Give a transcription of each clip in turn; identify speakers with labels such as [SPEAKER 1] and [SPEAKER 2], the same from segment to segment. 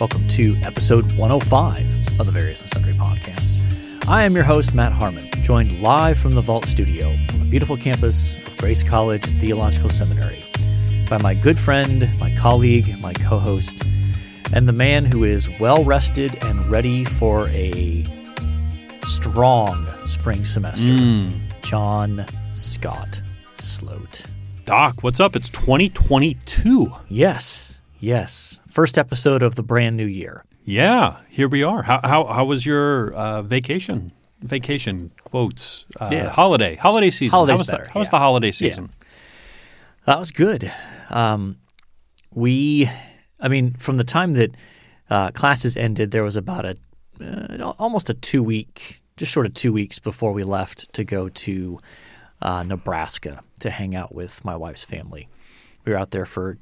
[SPEAKER 1] Welcome to episode 105 of the Various and Sundry podcast. I am your host, Matt Harmon, joined live from the Vault Studio on the beautiful campus of Grace College and Theological Seminary by my good friend, my colleague, my co host, and the man who is well rested and ready for a strong spring semester, John Scott Sloat.
[SPEAKER 2] Doc, what's up? It's 2022.
[SPEAKER 1] Yes, yes. First episode of the brand new year.
[SPEAKER 2] Yeah, here we are. How how, how was your uh, vacation? Vacation quotes. Uh,
[SPEAKER 1] Yeah.
[SPEAKER 2] Holiday. Holiday season.
[SPEAKER 1] Holiday's
[SPEAKER 2] how was,
[SPEAKER 1] better,
[SPEAKER 2] the, how was
[SPEAKER 1] yeah.
[SPEAKER 2] the holiday season?
[SPEAKER 1] That was good. Um, we, I mean, from the time that uh, classes ended, there was about a uh, almost a two week, just short of two weeks before we left to go to uh, Nebraska to hang out with my wife's family. We were out there for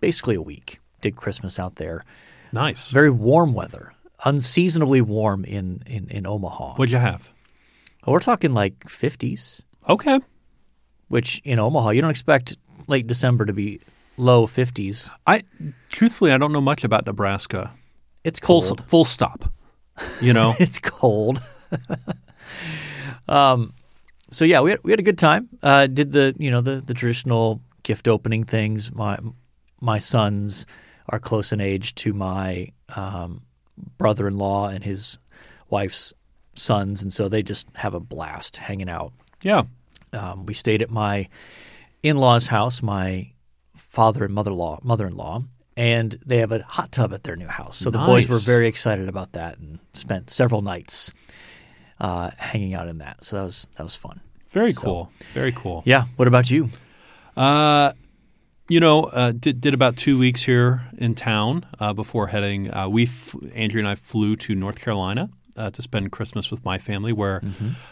[SPEAKER 1] basically a week. Did Christmas out there.
[SPEAKER 2] Nice.
[SPEAKER 1] Very warm weather, unseasonably warm in in, in Omaha.
[SPEAKER 2] What'd you have?
[SPEAKER 1] We're talking like fifties.
[SPEAKER 2] Okay.
[SPEAKER 1] which in Omaha you don't expect late December to be low 50s.
[SPEAKER 2] I truthfully, I don't know much about Nebraska.
[SPEAKER 1] It's
[SPEAKER 2] Full
[SPEAKER 1] cold.
[SPEAKER 2] full stop. You know.
[SPEAKER 1] It's cold. um, so yeah, we had, we had a good time. Uh, did the you know the the traditional gift opening things. My my sons are close in age to my um, brother-in-law and his wife's sons, and so they just have a blast hanging out.
[SPEAKER 2] yeah.
[SPEAKER 1] Um, we stayed at my in-laws' house, my father and mother-in-law, mother-in-law, and they have a hot tub at their new house. So the boys were
[SPEAKER 2] Nice.
[SPEAKER 1] very excited about that and spent several nights uh, hanging out in that. So that was that was fun.
[SPEAKER 2] Very cool. Very cool.
[SPEAKER 1] Yeah. What about you?
[SPEAKER 2] Uh, you know, uh, did, did about two weeks here in town uh, before heading. Uh, we, f- Andrew and I, flew to North Carolina uh, to spend Christmas with my family, where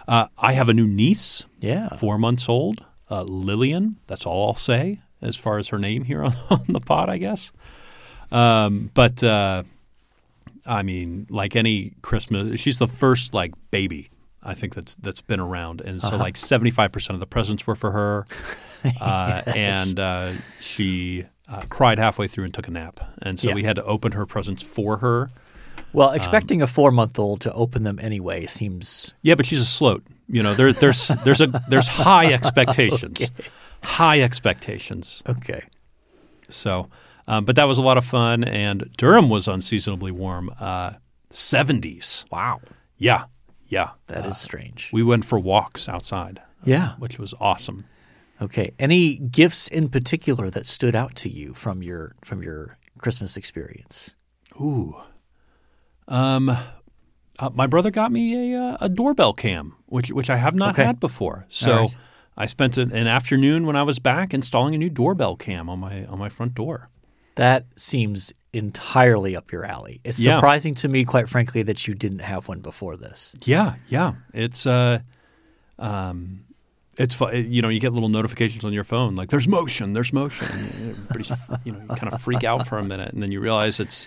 [SPEAKER 2] uh, I have a new niece,
[SPEAKER 1] Yeah.
[SPEAKER 2] four months old, uh, Lillian. That's all I'll say as far as her name here on, on the pod, I guess. Um, but uh, I mean, like any Christmas, she's the first like baby. I think that's that's been around, and so like seventy five percent of the presents were for her, uh, and uh, she uh, cried halfway through and took a nap, and so
[SPEAKER 1] Yeah.
[SPEAKER 2] we had to open her presents for her.
[SPEAKER 1] Well, expecting a four-month-old to open them anyway seems
[SPEAKER 2] Yeah, but she's a sloat. You know, there, there's there's a there's high expectations, high expectations.
[SPEAKER 1] okay.
[SPEAKER 2] So, um, but that was a lot of fun, and Durham was unseasonably warm, Uh, seventies.
[SPEAKER 1] Wow.
[SPEAKER 2] yeah, yeah.
[SPEAKER 1] that is strange.
[SPEAKER 2] We went for walks outside,
[SPEAKER 1] yeah.
[SPEAKER 2] which was awesome.
[SPEAKER 1] Okay. Any gifts in particular that stood out to you from your from your Christmas experience?
[SPEAKER 2] Ooh. Um, uh, my brother got me a, uh, a doorbell cam, which which I have not
[SPEAKER 1] Okay.
[SPEAKER 2] had before. So
[SPEAKER 1] right.
[SPEAKER 2] I spent an, an afternoon when I was back installing a new doorbell cam on my on my front door.
[SPEAKER 1] That seems entirely up your alley. It's
[SPEAKER 2] Yeah.
[SPEAKER 1] surprising to me, quite frankly, that you didn't have one before this.
[SPEAKER 2] Yeah, yeah. It's uh, um, it's fu- you know you get little notifications on your phone like there's motion, there's motion. And Everybody's you know you kind of freak out for a minute, and then you realize it's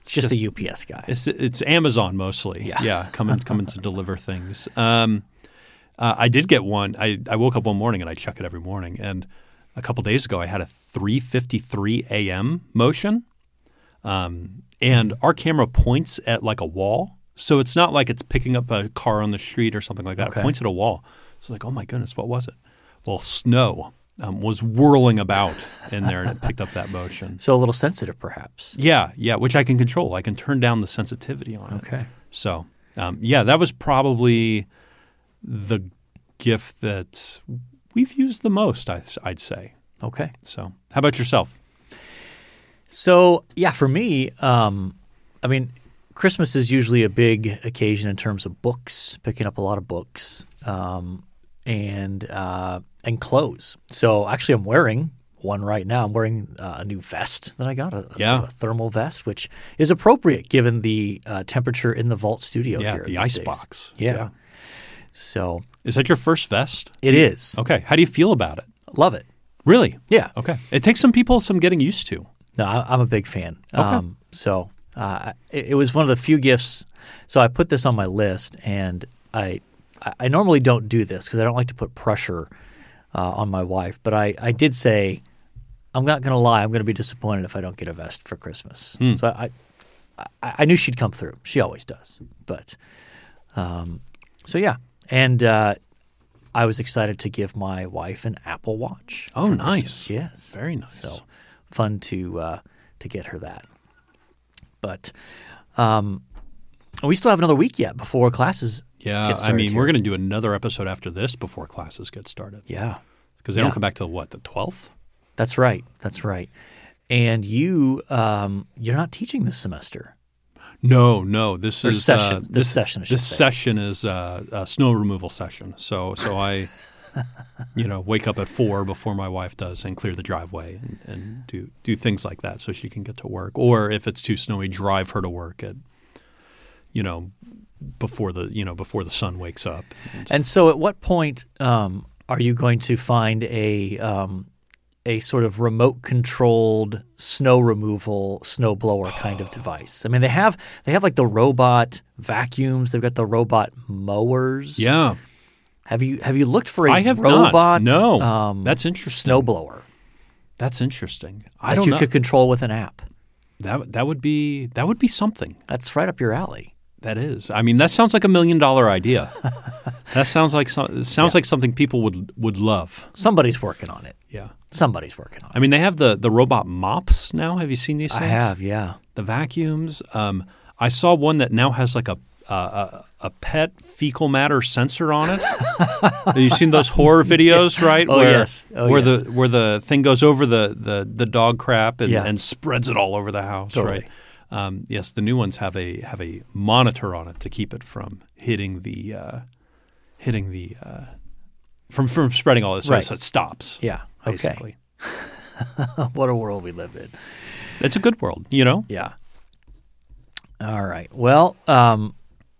[SPEAKER 1] It's just, the UPS guy.
[SPEAKER 2] It's it's Amazon mostly. Yeah, coming coming to deliver things. Um, uh, I did get one. I, I woke up one morning and I check it every morning. And a couple days ago, I had a 3:53 a.m. motion, um, and our camera points at like a wall. So it's not like it's picking up a car on the street or something like that.
[SPEAKER 1] Okay.
[SPEAKER 2] It points at a wall. It's like, oh my goodness, what was it? Well, snow um, was whirling about in there, and it picked up that motion.
[SPEAKER 1] So a little sensitive, perhaps.
[SPEAKER 2] Yeah, yeah, which I can control. I can turn down the sensitivity on it.
[SPEAKER 1] Okay.
[SPEAKER 2] So, um, yeah, that was probably the gift that we've used the most, I, I'd say.
[SPEAKER 1] Okay.
[SPEAKER 2] So, how about yourself?
[SPEAKER 1] So yeah, for me, um, I mean, Christmas is usually a big occasion in terms of books, picking up a lot of books, um, and uh, and clothes. So actually, I'm wearing one right now. I'm wearing uh, a new vest that I got, a,
[SPEAKER 2] Yeah.
[SPEAKER 1] a thermal vest, which is appropriate given the uh, temperature in the vault studio
[SPEAKER 2] Yeah,
[SPEAKER 1] here.
[SPEAKER 2] the
[SPEAKER 1] these
[SPEAKER 2] ice
[SPEAKER 1] days.
[SPEAKER 2] box.
[SPEAKER 1] Yeah. So
[SPEAKER 2] Is that your first vest?
[SPEAKER 1] it is.
[SPEAKER 2] Okay. How do you feel about it?
[SPEAKER 1] Love it.
[SPEAKER 2] Really?
[SPEAKER 1] Yeah.
[SPEAKER 2] Okay. It takes some people some getting used to.
[SPEAKER 1] No, I, I'm a big fan. Um, so uh, it, it was one of the few gifts. So I put this on my list, and I I- I normally don't do this because I don't like to put pressure uh, on my wife. But I, I did
[SPEAKER 2] Hmm.
[SPEAKER 1] say I'm not going to lie. I'm going to be disappointed if I don't get a vest for Christmas. So I, I I, I knew she'd come through. She always does. But um, so yeah, and uh, I was excited to give my wife an Apple Watch.
[SPEAKER 2] Oh,
[SPEAKER 1] for Christmas.
[SPEAKER 2] nice.
[SPEAKER 1] Yes,
[SPEAKER 2] Very nice.
[SPEAKER 1] So fun to uh, to get her that. But um, we still have another week yet before classes.
[SPEAKER 2] yeah,
[SPEAKER 1] get
[SPEAKER 2] I
[SPEAKER 1] started
[SPEAKER 2] mean,
[SPEAKER 1] here.
[SPEAKER 2] we're going to do another episode after this before classes get started
[SPEAKER 1] Yeah,
[SPEAKER 2] because they
[SPEAKER 1] Yeah.
[SPEAKER 2] don't come back till what the twelfth.
[SPEAKER 1] that's right. That's right. And you um, you're not teaching this semester.
[SPEAKER 2] No, no. This is
[SPEAKER 1] session.
[SPEAKER 2] Uh,
[SPEAKER 1] This session, I should
[SPEAKER 2] this
[SPEAKER 1] say.
[SPEAKER 2] session is uh, a snow removal session. So, so I, you know, wake up at four before my wife does and clear the driveway and, and do do things like that so she can get to work. Or if it's too snowy, drive her to work at, you know, before the you know before the sun wakes up.
[SPEAKER 1] And so, at what point um, are you going to find a um, a sort of remote controlled snow removal snow blower kind of device? I mean, they have they have like the robot vacuums. They've got the robot mowers.
[SPEAKER 2] Yeah,
[SPEAKER 1] Have you have you looked for a
[SPEAKER 2] I have
[SPEAKER 1] robot?
[SPEAKER 2] not. No,
[SPEAKER 1] um,
[SPEAKER 2] that's interesting.
[SPEAKER 1] snow blower
[SPEAKER 2] That's interesting. I
[SPEAKER 1] that
[SPEAKER 2] don't
[SPEAKER 1] you
[SPEAKER 2] know.
[SPEAKER 1] could control with an app.
[SPEAKER 2] that that would be that would be something.
[SPEAKER 1] That's right up your alley.
[SPEAKER 2] That is. I mean, that sounds like a million dollar idea. that sounds like some, it sounds like something people would would love.
[SPEAKER 1] Somebody's working on it.
[SPEAKER 2] Yeah.
[SPEAKER 1] Somebody's working on it.
[SPEAKER 2] I mean, they have the the robot mops now. Have you seen these things?
[SPEAKER 1] I have, yeah.
[SPEAKER 2] The vacuums. Um, I saw one that now has like a a, a, a pet fecal matter sensor on it. Have you seen those horror videos, right?
[SPEAKER 1] Oh,
[SPEAKER 2] where,
[SPEAKER 1] yes. Oh,
[SPEAKER 2] where
[SPEAKER 1] yes.
[SPEAKER 2] the where the thing goes over the the, the dog crap and,
[SPEAKER 1] Yeah.
[SPEAKER 2] and spreads it all over the house,
[SPEAKER 1] Totally.
[SPEAKER 2] right? Um, yes, the new ones have a have a monitor on it to keep it from hitting the uh, hitting the uh, from from spreading all this,
[SPEAKER 1] Right.
[SPEAKER 2] so it stops.
[SPEAKER 1] Yeah. Okay.
[SPEAKER 2] basically,
[SPEAKER 1] what a world we live in.
[SPEAKER 2] it's a good world, you know.
[SPEAKER 1] Yeah. All right. Well, um,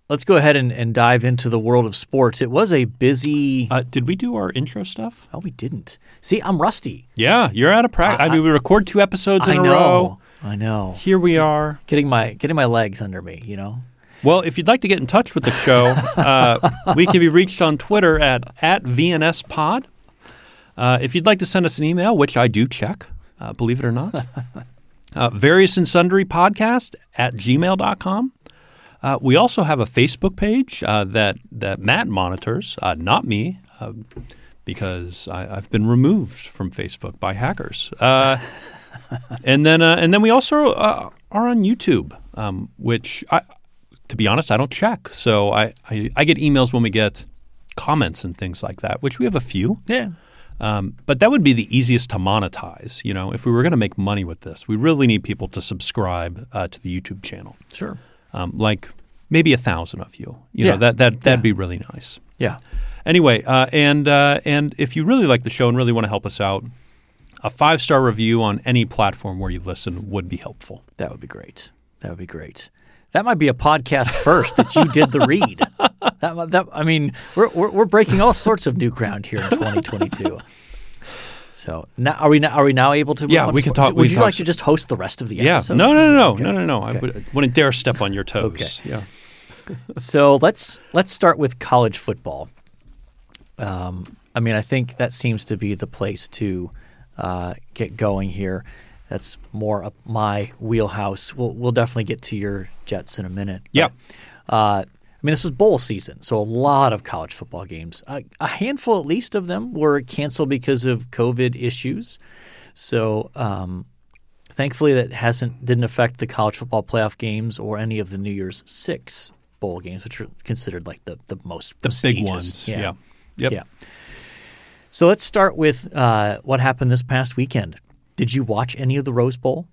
[SPEAKER 1] let's go ahead and, and dive into the world of sports. It was a busy.
[SPEAKER 2] Uh, did we do our intro stuff?
[SPEAKER 1] oh, we didn't. See, I'm rusty.
[SPEAKER 2] Yeah, you're out of practice. I, mean, we record two episodes in
[SPEAKER 1] I
[SPEAKER 2] a
[SPEAKER 1] know.
[SPEAKER 2] row.
[SPEAKER 1] I know.
[SPEAKER 2] Here we are.
[SPEAKER 1] Getting my getting my legs under me. You know.
[SPEAKER 2] Well, if you'd like to get in touch with the show, uh, we can be reached on Twitter at, at VNSPod. Uh, if you'd like to send us an email, which I do check, uh, believe it or not, uh, various and sundry podcast at gmail.com. Uh, we also have a Facebook page uh, that, that Matt monitors, uh, not me, uh, because I, I've been removed from Facebook by hackers. Uh, and then uh, and then we also uh, are on YouTube, um, which I, to be honest, I don't check. So I, I I get emails when we get comments and things like that, which we have a few.
[SPEAKER 1] Yeah.
[SPEAKER 2] Um, but that would be the easiest to monetize. You know, if we were going to make money with this, we really need people to subscribe uh, to the YouTube channel,
[SPEAKER 1] Sure.
[SPEAKER 2] um, like maybe a thousand of you. You
[SPEAKER 1] Yeah.
[SPEAKER 2] know, that that that'd be really nice.
[SPEAKER 1] Yeah.
[SPEAKER 2] Anyway, uh, and uh, and if you really like the show and really want to help us out, a five star review on any platform where you listen would be helpful.
[SPEAKER 1] That would be great. That would be great. That might be a podcast first that you did the read. That, mi- that I mean, we're, we're we're breaking all sorts of new ground here in 2022. So now are we now, are we now able to?
[SPEAKER 2] Yeah,
[SPEAKER 1] on
[SPEAKER 2] we
[SPEAKER 1] spo-
[SPEAKER 2] can talk-
[SPEAKER 1] Would
[SPEAKER 2] we
[SPEAKER 1] you
[SPEAKER 2] can talk
[SPEAKER 1] like
[SPEAKER 2] s-
[SPEAKER 1] to just host the rest of the
[SPEAKER 2] Yeah.
[SPEAKER 1] episode?
[SPEAKER 2] No, no, no, no, no, no, no. I would, wouldn't dare step on your toes. Yeah.
[SPEAKER 1] So let's let's start with college football. Um, I mean, I think that seems to be the place to uh, get going here. That's more up my wheelhouse. We'll we'll definitely get to your Jets in a minute.
[SPEAKER 2] Yeah.
[SPEAKER 1] Uh, I mean, this was bowl season, so a lot of college football games. A, a handful, at least, of them were canceled because of COVID issues. So, um, thankfully, that hasn't didn't affect the college football playoff games or any of the New Year's Six bowl games, which are considered like the the most
[SPEAKER 2] The big
[SPEAKER 1] prestigious.
[SPEAKER 2] ones. Yeah. Yep.
[SPEAKER 1] yeah. So let's start with uh, what happened this past weekend. Did you watch any of the Rose Bowl?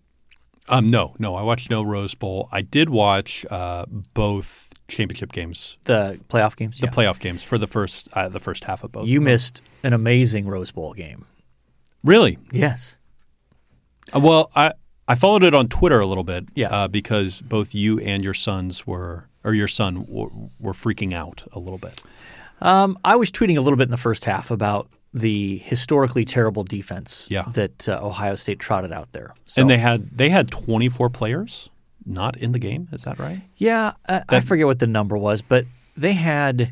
[SPEAKER 2] Um, no, no. I watched no Rose Bowl. I did watch uh, both championship games,
[SPEAKER 1] The playoff games?
[SPEAKER 2] the playoff games for the first uh, the first half of both.
[SPEAKER 1] you missed an amazing Rose Bowl game.
[SPEAKER 2] really?
[SPEAKER 1] Yes.
[SPEAKER 2] Uh, Well, I I followed it on Twitter a little bit.
[SPEAKER 1] Yeah.
[SPEAKER 2] Uh, because both you and your sons were, or your son w- were freaking out a little bit.
[SPEAKER 1] Um, I was tweeting a little bit in the first half about the historically terrible defense
[SPEAKER 2] Yeah.
[SPEAKER 1] that uh, Ohio State trotted out there. So,
[SPEAKER 2] And they had they had 24 players not in the game. Is that right?
[SPEAKER 1] yeah, I, I forget what the number was, but they had.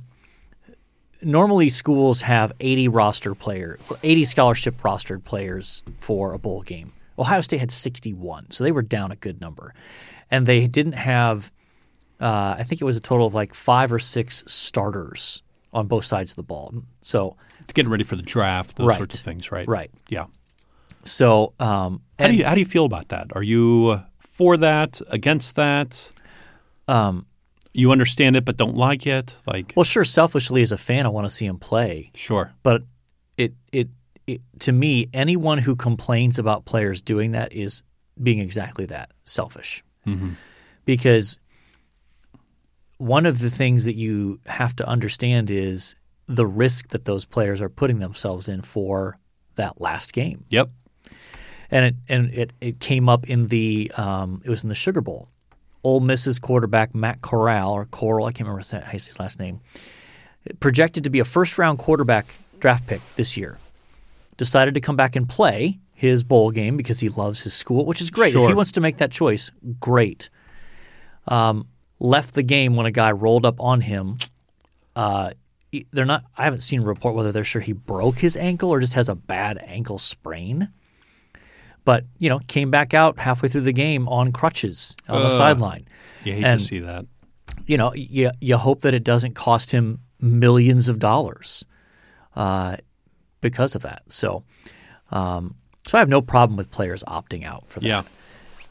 [SPEAKER 1] Normally, schools have 80 roster player, 80 scholarship rostered players for a bowl game. Ohio State had 61, so they were down a good number. and they didn't have. Uh, I think it was a total of like five or six starters on both sides of the ball. So
[SPEAKER 2] Getting ready for the draft, those
[SPEAKER 1] Right.
[SPEAKER 2] sorts of things, right?
[SPEAKER 1] Right.
[SPEAKER 2] Yeah.
[SPEAKER 1] so um,
[SPEAKER 2] How do you how do you feel about that? Are you uh, for that? Against that?
[SPEAKER 1] Um,
[SPEAKER 2] you understand it, but don't like it. Like,
[SPEAKER 1] well, sure. Selfishly, as a fan, I want to see him play.
[SPEAKER 2] sure,
[SPEAKER 1] but it, it it to me anyone who complains about players doing that is being exactly that selfish because one of the things that you have to understand is the risk that those players are putting themselves in for that last game
[SPEAKER 2] yep,
[SPEAKER 1] and it and it, it came up in the um, it was in the Sugar Bowl. Ole Miss's quarterback Matt Corral or Coral, I can't remember his- how you say his last name, projected to be a first round quarterback draft pick this year, decided to come back and play his bowl game because he loves his school, which is great. If he
[SPEAKER 2] Sure.
[SPEAKER 1] wants to make that choice, great. Um, left the game when a guy rolled up on him. Uh, e- they're not. I haven't seen a report whether they're sure he broke his ankle or just has a bad ankle sprain but you know came back out halfway through the game on crutches on the
[SPEAKER 2] Ugh.
[SPEAKER 1] sideline
[SPEAKER 2] you hate
[SPEAKER 1] And-
[SPEAKER 2] to see that.
[SPEAKER 1] you know you, you hope that it doesn't cost him millions of dollars uh, because of that so um, so I have no problem with players opting out for that
[SPEAKER 2] Yeah,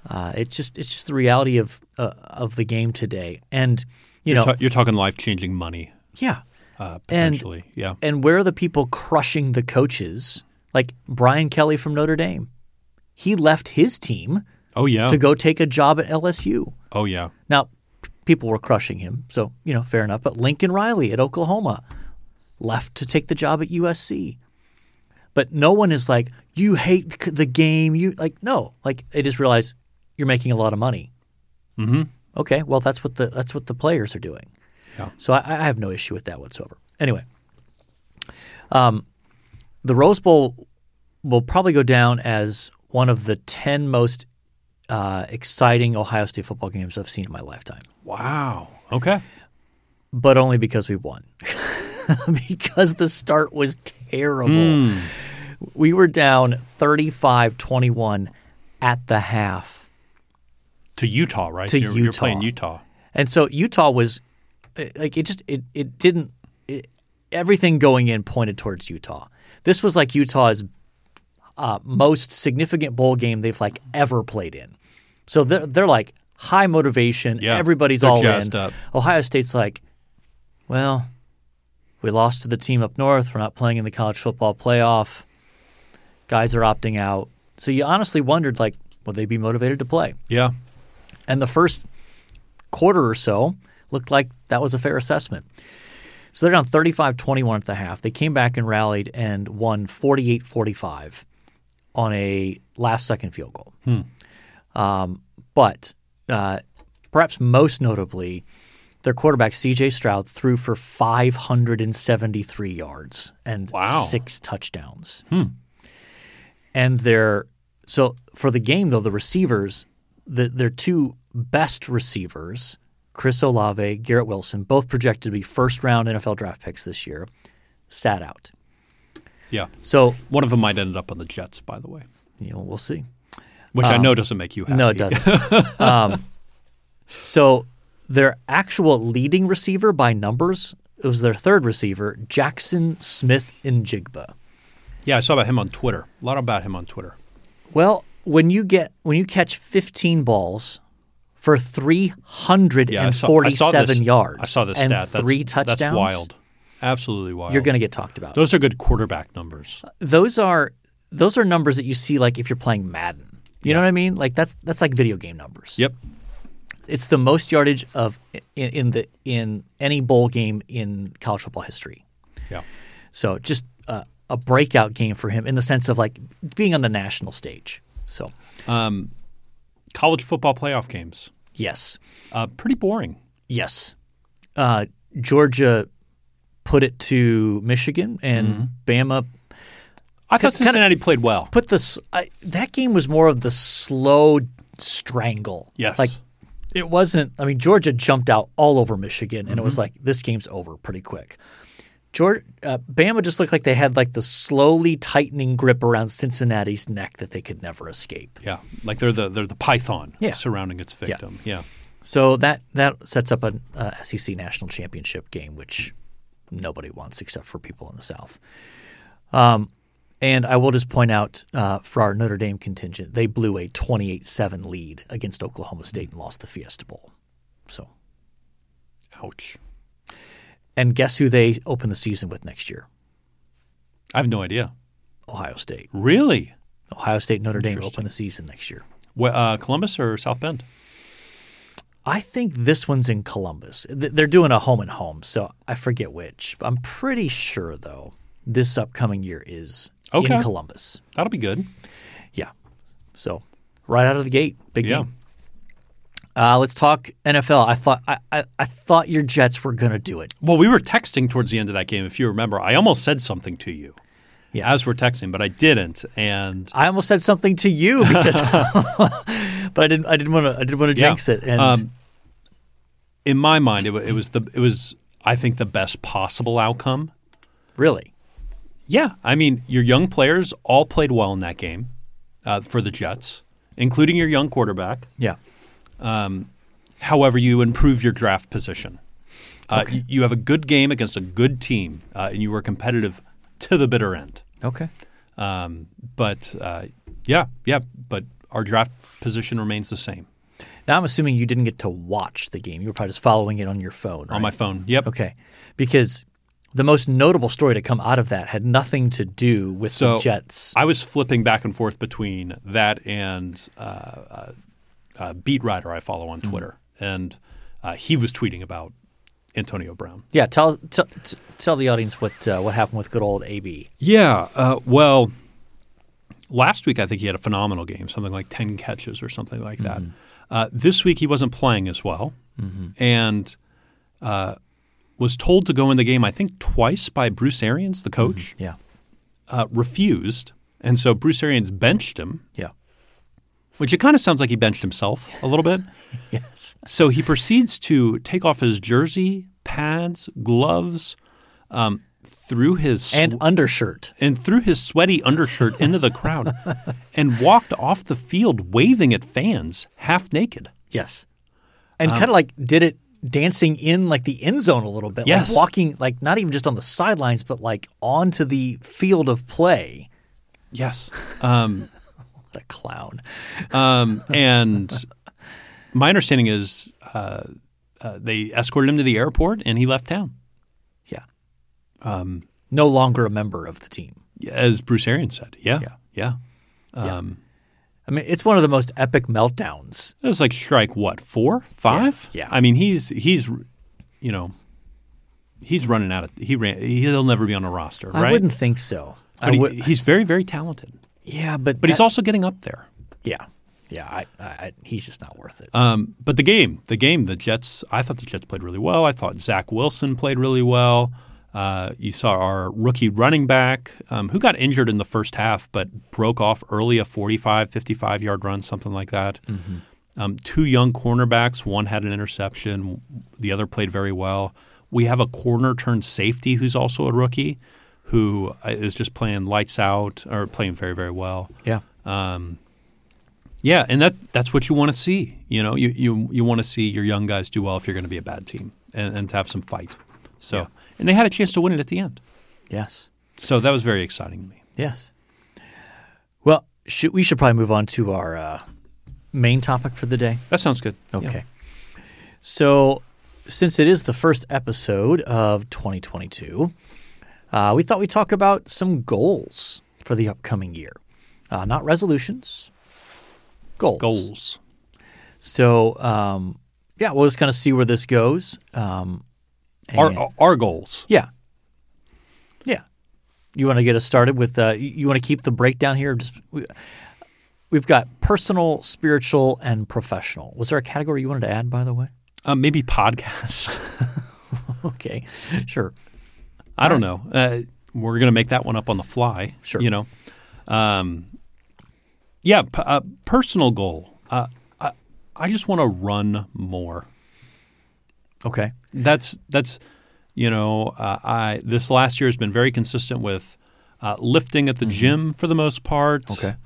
[SPEAKER 1] uh, it's just it's just the reality of uh, of the game today and you know
[SPEAKER 2] Ta- you're talking life changing money
[SPEAKER 1] yeah
[SPEAKER 2] uh,
[SPEAKER 1] And-
[SPEAKER 2] potentially. yeah,
[SPEAKER 1] and where are the people crushing the coaches like Brian Kelly from Notre Dame he left his team
[SPEAKER 2] oh yeah,
[SPEAKER 1] to go take a job at LSU
[SPEAKER 2] oh yeah,
[SPEAKER 1] Now, p- people were crushing him, so you know, fair enough. But Lincoln Riley at Oklahoma left to take the job at USC. But no one is like, you hate c- the game. You like no, like they just realize you're making a lot of money. Mm-hmm. Okay, well that's what the that's what the players are doing.
[SPEAKER 2] Yeah.
[SPEAKER 1] So I, I have no issue with that whatsoever. Anyway, um, the Rose Bowl will probably go down as one of the ten most uh, exciting Ohio State football games I've seen in my lifetime,
[SPEAKER 2] wow, okay,
[SPEAKER 1] but only because we won. because the start was terrible. We were down 35 21 at the half.
[SPEAKER 2] to Utah, right?
[SPEAKER 1] To
[SPEAKER 2] you're, you're
[SPEAKER 1] Utah.
[SPEAKER 2] playing Utah.
[SPEAKER 1] And so Utah was uh, like, it just, it, it didn't, it, everything going in pointed towards Utah. This was like Utah's uh, most significant bowl game they've like ever played in. So they're, they're like high motivation.
[SPEAKER 2] Yeah,
[SPEAKER 1] Everybody's
[SPEAKER 2] they're
[SPEAKER 1] all
[SPEAKER 2] jazzed
[SPEAKER 1] in.
[SPEAKER 2] up.
[SPEAKER 1] Ohio State's like, well, we lost to the team up north. We're not playing in the college football playoff. Guys are opting out. So you honestly wondered, like, would they be motivated to play?
[SPEAKER 2] Yeah,
[SPEAKER 1] And the first quarter or so looked like that was a fair assessment. So they're down 35 21 at the half. They came back and rallied and won 48 45 on a last second field goal. Um, but uh, perhaps most notably, their quarterback, CJ Stroud, threw for 573 yards and
[SPEAKER 2] Wow.
[SPEAKER 1] six touchdowns and their so for the game though the receivers the, their two best receivers chris olave garrett wilson both projected to be first round nfl draft picks this year sat out
[SPEAKER 2] yeah.
[SPEAKER 1] so
[SPEAKER 2] One of them might end up on the Jets, by the way,
[SPEAKER 1] you know we'll see
[SPEAKER 2] which I know doesn't make you happy.
[SPEAKER 1] Um, no it doesn't um, so their actual leading receiver by numbers it was their third receiver jackson smith in jigba
[SPEAKER 2] Yeah, I saw about him on Twitter. A lot about him on Twitter.
[SPEAKER 1] Well, when you get when you catch 15 balls for 347
[SPEAKER 2] Yeah, I saw, I saw this,
[SPEAKER 1] yards,
[SPEAKER 2] I saw this
[SPEAKER 1] and
[SPEAKER 2] stat. That's,
[SPEAKER 1] three touchdowns.
[SPEAKER 2] That's wild. Absolutely wild.
[SPEAKER 1] You're going to get talked about. Those,
[SPEAKER 2] Those are good quarterback numbers.
[SPEAKER 1] are those are numbers that you see like if you're playing Madden. You know what I mean? Like that's that's like video game numbers.
[SPEAKER 2] Yep.
[SPEAKER 1] It's the most yardage of in, in the in any bowl game in college football history.
[SPEAKER 2] Yeah.
[SPEAKER 1] So just uh, a breakout game for him in the sense of like being on the national stage. So
[SPEAKER 2] College football playoff games.
[SPEAKER 1] yes.
[SPEAKER 2] Uh, pretty boring.
[SPEAKER 1] Yes. Uh, Georgia put it to Michigan, and Bama
[SPEAKER 2] I thought
[SPEAKER 1] kinda-
[SPEAKER 2] Cincinnati played well.
[SPEAKER 1] put this. I, that game was more of the slow strangle.
[SPEAKER 2] Yes.
[SPEAKER 1] Like, it wasn't. I mean, Georgia jumped out all over Michigan, and it was like, this game's over pretty quick. George, uh, Bama just looked like they had like the slowly tightening grip around Cincinnati's neck that they could never escape.
[SPEAKER 2] Yeah, like they're the they're the python
[SPEAKER 1] Yeah.
[SPEAKER 2] surrounding its victim. Yeah.
[SPEAKER 1] So that that sets up an uh, SEC national championship game, which nobody wants except for people in the South. Um, and I will just point out uh, for our Notre Dame contingent, they blew a 28-7 lead against Oklahoma State and lost the Fiesta Bowl. So,
[SPEAKER 2] Ouch.
[SPEAKER 1] and guess who they open the season with next year?
[SPEAKER 2] I have no idea.
[SPEAKER 1] Ohio State.
[SPEAKER 2] Really?
[SPEAKER 1] Ohio State, Notre Dame open the season next year.
[SPEAKER 2] Wh- uh, Columbus or South Bend?
[SPEAKER 1] I think this one's in Columbus. Th- They're doing a home and home, so I forget which. I'm pretty sure though this upcoming year is
[SPEAKER 2] Okay.
[SPEAKER 1] in Columbus.
[SPEAKER 2] That'll be good.
[SPEAKER 1] Mm-hmm. Yeah. So right out of the gate, big
[SPEAKER 2] Yeah.
[SPEAKER 1] game. Uh, let's talk NFL. I thought I, I, I thought your Jets were gonna do it.
[SPEAKER 2] Well, we were texting towards the end of that game. If you remember, I almost said something to you
[SPEAKER 1] Yes.
[SPEAKER 2] as we're texting, but I didn't. And
[SPEAKER 1] I almost said something to you because, but I didn't. I didn't want to. I didn't want to
[SPEAKER 2] Yeah.
[SPEAKER 1] jinx it. And
[SPEAKER 2] Um, in my mind, it, wa- it was the it was I think the best possible outcome.
[SPEAKER 1] really,
[SPEAKER 2] Yeah, I mean, your young players all played well in that game uh, for the Jets, including your young quarterback.
[SPEAKER 1] yeah,
[SPEAKER 2] However, you improve your draft position. Uh, y- you have a good game against a good team, uh, and you were competitive to the bitter end.
[SPEAKER 1] okay,
[SPEAKER 2] Um, but uh, yeah, yeah, but our draft position remains the same
[SPEAKER 1] Now I'm assuming you didn't get to watch the game. You were probably just following it on your phone. Right?
[SPEAKER 2] on my phone. Yep.
[SPEAKER 1] okay, because the most notable story to come out of that had nothing to do with
[SPEAKER 2] So
[SPEAKER 1] the Jets.
[SPEAKER 2] I was flipping back and forth between that and uh, uh, uh, beat writer I follow on Twitter, and uh, he was tweeting about Antonio Brown.
[SPEAKER 1] yeah, tell tell t- tell the audience what uh, what happened with good old AB.
[SPEAKER 2] Yeah. Uh, well, last week I think he had a phenomenal game, something like 10 catches or something like that. Uh, this week he wasn't playing as well and uh, was told to go in the game, I think, twice by Bruce Arians, the coach,
[SPEAKER 1] Yeah,
[SPEAKER 2] uh, refused. And so Bruce Arians benched him,
[SPEAKER 1] yeah,
[SPEAKER 2] which it kind of sounds like he benched himself a little bit.
[SPEAKER 1] yes,
[SPEAKER 2] So he proceeds to take off his jersey, pads, gloves, um, through his
[SPEAKER 1] and undershirt.
[SPEAKER 2] and threw his sweaty undershirt into the crowd and walked off the field waving at fans half naked.
[SPEAKER 1] Yes, and
[SPEAKER 2] Um,
[SPEAKER 1] kind of like did it dancing in like the end zone a little bit.
[SPEAKER 2] Yes.
[SPEAKER 1] like walking like not even just on the sidelines, but like onto the field of play.
[SPEAKER 2] Yes.
[SPEAKER 1] What a clown!
[SPEAKER 2] Um, and my understanding is uh, uh, they escorted him to the airport and he left town,
[SPEAKER 1] Yeah, um,
[SPEAKER 2] Um,
[SPEAKER 1] no longer a member of the team.
[SPEAKER 2] as Bruce Arians said. Yeah.
[SPEAKER 1] Yeah.
[SPEAKER 2] Yeah.
[SPEAKER 1] I mean, it's one of the most epic meltdowns.
[SPEAKER 2] It was like strike what, four, five?
[SPEAKER 1] Yeah, yeah.
[SPEAKER 2] I mean, he's, he's, you know, he's running out of, he ran, he'll never be on a roster, right?
[SPEAKER 1] I wouldn't think so.
[SPEAKER 2] but
[SPEAKER 1] I
[SPEAKER 2] he-
[SPEAKER 1] would,
[SPEAKER 2] he's very, very talented.
[SPEAKER 1] yeah, but
[SPEAKER 2] But he's also getting up there.
[SPEAKER 1] yeah, yeah. I, I, I, he's just not worth it.
[SPEAKER 2] Um, but the game, the game, the Jets. I thought the Jets played really well. I thought Zach Wilson played really well. Uh, you saw our rookie running back um, who got injured in the first half, but broke off early a 45, 55 yard run, something like that. Um, two young cornerbacks. One had an interception. The other played very well. We have a corner turned safety who's also a rookie, who uh, is just playing lights out or playing very, very well.
[SPEAKER 1] yeah,
[SPEAKER 2] uh. Yeah, and that's that's what you want to see. You know, you you, you want to see your young guys do well if you're going to be a bad team and, and to have some fight. So, and they had a chance to win it at the end.
[SPEAKER 1] yes,
[SPEAKER 2] So that was very exciting to me.
[SPEAKER 1] yes. Well, should, we should probably move on to our uh, main topic for the day.
[SPEAKER 2] That sounds good. Yeah.
[SPEAKER 1] Okay. So, since it is the first episode of 2022, uh, we thought we'd talk about some goals for the upcoming year. Uh, not resolutions, goals.
[SPEAKER 2] Goals.
[SPEAKER 1] So, um, yeah, we'll just kind of see where this goes. Um,
[SPEAKER 2] Our,
[SPEAKER 1] and-
[SPEAKER 2] our goals.
[SPEAKER 1] yeah. Yeah. You want to get us started with, uh, you, you want to keep the breakdown here? Just we, We've got personal, spiritual, and professional. Was there a category you wanted to add, by the way?
[SPEAKER 2] Um, maybe podcasts.
[SPEAKER 1] Okay, sure.
[SPEAKER 2] I don't know. Uh, we're going to make that one up on the fly.
[SPEAKER 1] Sure.
[SPEAKER 2] You know. Um, yeah. P- uh, personal goal. Uh, I, I just want to run more.
[SPEAKER 1] Okay.
[SPEAKER 2] That's that's you You know, uh, I this last year has been very consistent with uh, lifting at the gym for the most part.
[SPEAKER 1] Mm-hmm. Okay.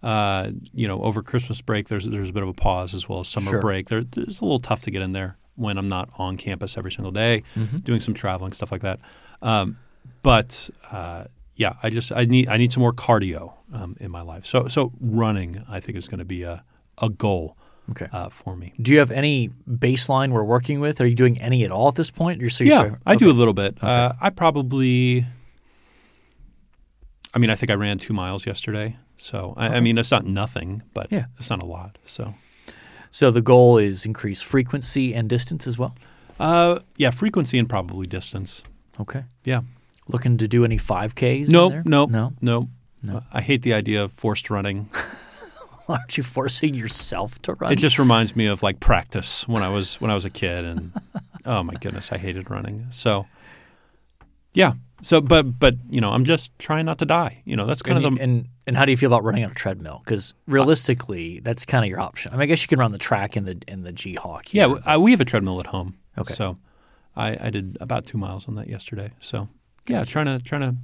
[SPEAKER 2] Uh, you know, over Christmas break, there's there's a bit of a pause as well as summer
[SPEAKER 1] Sure.
[SPEAKER 2] break. There, it's a little tough to get in there when I'm not on campus every single day,
[SPEAKER 1] Mm-hmm.
[SPEAKER 2] doing some traveling stuff like that. Um, but uh, yeah, I just I need I need some more cardio um, in my life. So so running, I think, is going to be a a goal
[SPEAKER 1] Okay.
[SPEAKER 2] uh, for me.
[SPEAKER 1] Do you have any baseline we're working with? Are you doing any at all at this point? You're, so you're
[SPEAKER 2] yeah,
[SPEAKER 1] sort of-
[SPEAKER 2] I do a little bit. Uh, I probably, I mean, I think I ran two miles yesterday. So I, I mean, it's not nothing, but
[SPEAKER 1] Yeah.
[SPEAKER 2] it's not a lot. So
[SPEAKER 1] So the goal is increase frequency and distance as well.
[SPEAKER 2] uh, yeah, frequency and probably distance.
[SPEAKER 1] Okay.
[SPEAKER 2] Yeah,
[SPEAKER 1] Looking to do any 5Ks? in
[SPEAKER 2] no,
[SPEAKER 1] there?
[SPEAKER 2] no,
[SPEAKER 1] No.
[SPEAKER 2] no, Uh, I hate the idea of forced running.
[SPEAKER 1] Aren't you forcing yourself to run?
[SPEAKER 2] it just reminds me of like practice when I was when I was a kid, and oh my goodness, I hated running. So yeah, so but but you know, I'm just trying not to die. You know, that's kind
[SPEAKER 1] and,
[SPEAKER 2] of
[SPEAKER 1] you-
[SPEAKER 2] the Uh,
[SPEAKER 1] and and how do you feel about running on a treadmill? Because realistically, that's kind of your option. I mean, I guess you can run the track in the in the G Hawk.
[SPEAKER 2] Yeah, w- uh, we have a treadmill at home.
[SPEAKER 1] Okay.
[SPEAKER 2] So I, I did about two miles on that yesterday. So yeah, trying to trying to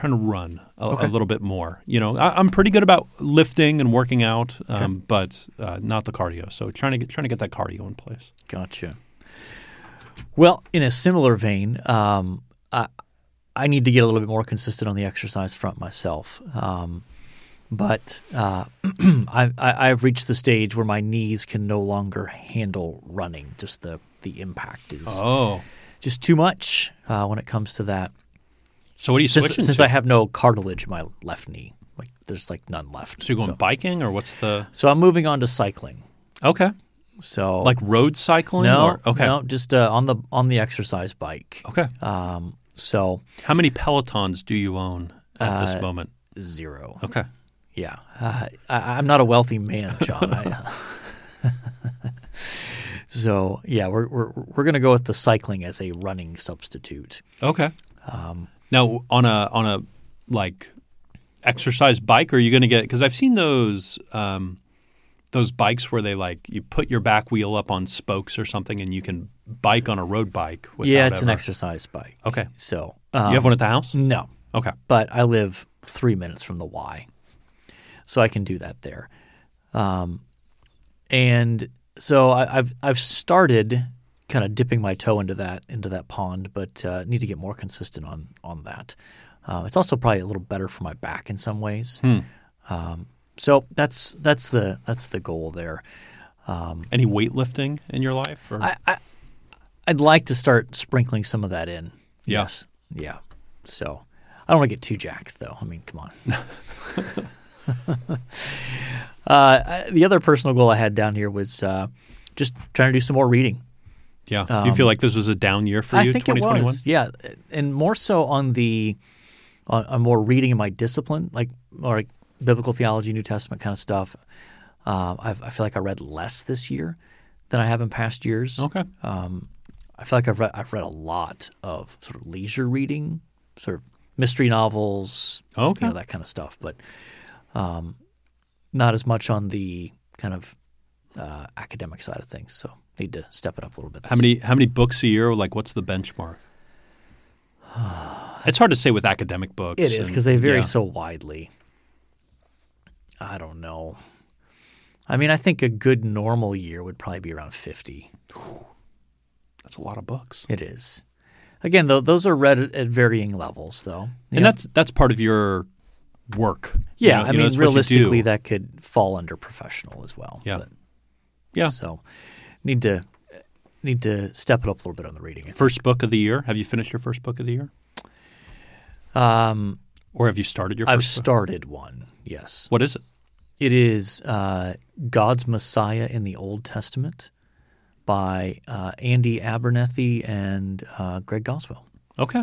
[SPEAKER 2] trying to run a, a little bit more. You know, I, I'm pretty good about lifting and working out, um, but uh, not the cardio. So trying to get trying to get that cardio in place.
[SPEAKER 1] Gotcha. Well, in a similar vein, um, I, I need to get a little bit more consistent on the exercise front myself. Um, but uh, I, I, I've reached the stage where my knees can no longer handle running. Just the, the impact is
[SPEAKER 2] Oh,
[SPEAKER 1] just too much uh, when it comes to that.
[SPEAKER 2] so what are you
[SPEAKER 1] Since,
[SPEAKER 2] switching
[SPEAKER 1] since
[SPEAKER 2] to?
[SPEAKER 1] I have no cartilage in my left knee, like there's like none left.
[SPEAKER 2] so you're going
[SPEAKER 1] so,
[SPEAKER 2] biking or what's the
[SPEAKER 1] so I'm moving on to cycling.
[SPEAKER 2] okay
[SPEAKER 1] So
[SPEAKER 2] like road cycling?
[SPEAKER 1] no,
[SPEAKER 2] or, okay,
[SPEAKER 1] no, just uh, on the on the exercise bike.
[SPEAKER 2] okay.
[SPEAKER 1] Um, so
[SPEAKER 2] How many pelotons do you own at
[SPEAKER 1] uh,
[SPEAKER 2] this moment?
[SPEAKER 1] zero.
[SPEAKER 2] Okay,
[SPEAKER 1] Yeah, uh, I, I'm not a wealthy man, John. I, so yeah, we're we're we're gonna go with the cycling as a running substitute.
[SPEAKER 2] Okay.
[SPEAKER 1] Um,
[SPEAKER 2] now on a on a like exercise bike, are you going to get? Because I've seen those um, those bikes where they like you put your back wheel up on spokes or something, and you can bike on a road bike. Without
[SPEAKER 1] yeah, it's an
[SPEAKER 2] ever- Oh.
[SPEAKER 1] exercise bike.
[SPEAKER 2] Okay.
[SPEAKER 1] So um,
[SPEAKER 2] You have one at the house?
[SPEAKER 1] no,
[SPEAKER 2] Okay.
[SPEAKER 1] but I live three minutes from the Y, so I can do that there. Um, and so I, I've I've started kind of dipping my toe into that into that pond, but uh, need to get more consistent on on that. Uh, it's also probably a little better for my back in some ways. Um, so that's that's the that's the goal there.
[SPEAKER 2] Any weightlifting in your life? Or?
[SPEAKER 1] I'd like to start sprinkling some of that in.
[SPEAKER 2] Yeah.
[SPEAKER 1] Yes. Yeah. So I don't want to get too jacked, though. I mean, come on. uh, I- the other personal goal I had down here was uh, just trying to do some more reading.
[SPEAKER 2] yeah. do you feel like this was a down year for you?
[SPEAKER 1] um, I think it
[SPEAKER 2] 2021?
[SPEAKER 1] was. Yeah, and more so on the on, on more reading in my discipline, like or like biblical theology, New Testament kind of stuff. Um, I've, I feel like I read less this year than I have in past years.
[SPEAKER 2] Okay.
[SPEAKER 1] I feel like I've read I've read a lot of sort of leisure reading, sort of mystery novels,
[SPEAKER 2] Okay.
[SPEAKER 1] you know, that kind of stuff, but um, not as much on the kind of uh, academic side of things. So need to step it up a little bit.
[SPEAKER 2] How many how many books a year? Like, what's the benchmark? it's hard to say with academic books.
[SPEAKER 1] It is
[SPEAKER 2] and-
[SPEAKER 1] because they vary
[SPEAKER 2] yeah.
[SPEAKER 1] so widely. I don't know. I mean, I think a good normal year would probably be around fifty.
[SPEAKER 2] That's a lot of books.
[SPEAKER 1] It is. Again, though, those are read at- at varying levels, though. You
[SPEAKER 2] and
[SPEAKER 1] know,
[SPEAKER 2] that's that's part of your work. You
[SPEAKER 1] Yeah,
[SPEAKER 2] know-
[SPEAKER 1] I
[SPEAKER 2] you know,
[SPEAKER 1] mean,
[SPEAKER 2] it's what you
[SPEAKER 1] realistically,
[SPEAKER 2] do.
[SPEAKER 1] that could fall under professional as well.
[SPEAKER 2] Yeah.
[SPEAKER 1] but-
[SPEAKER 2] Yeah.
[SPEAKER 1] So need to need to step it up a little bit on the reading.
[SPEAKER 2] first book of the year. Have you finished your first book of the year,
[SPEAKER 1] Um,
[SPEAKER 2] or have you started your?
[SPEAKER 1] I've
[SPEAKER 2] first book?
[SPEAKER 1] started one. Yes,
[SPEAKER 2] What is it?
[SPEAKER 1] it is uh, God's Messiah in the Old Testament by uh, Andy Abernethy and uh, Greg Goswell.
[SPEAKER 2] Okay,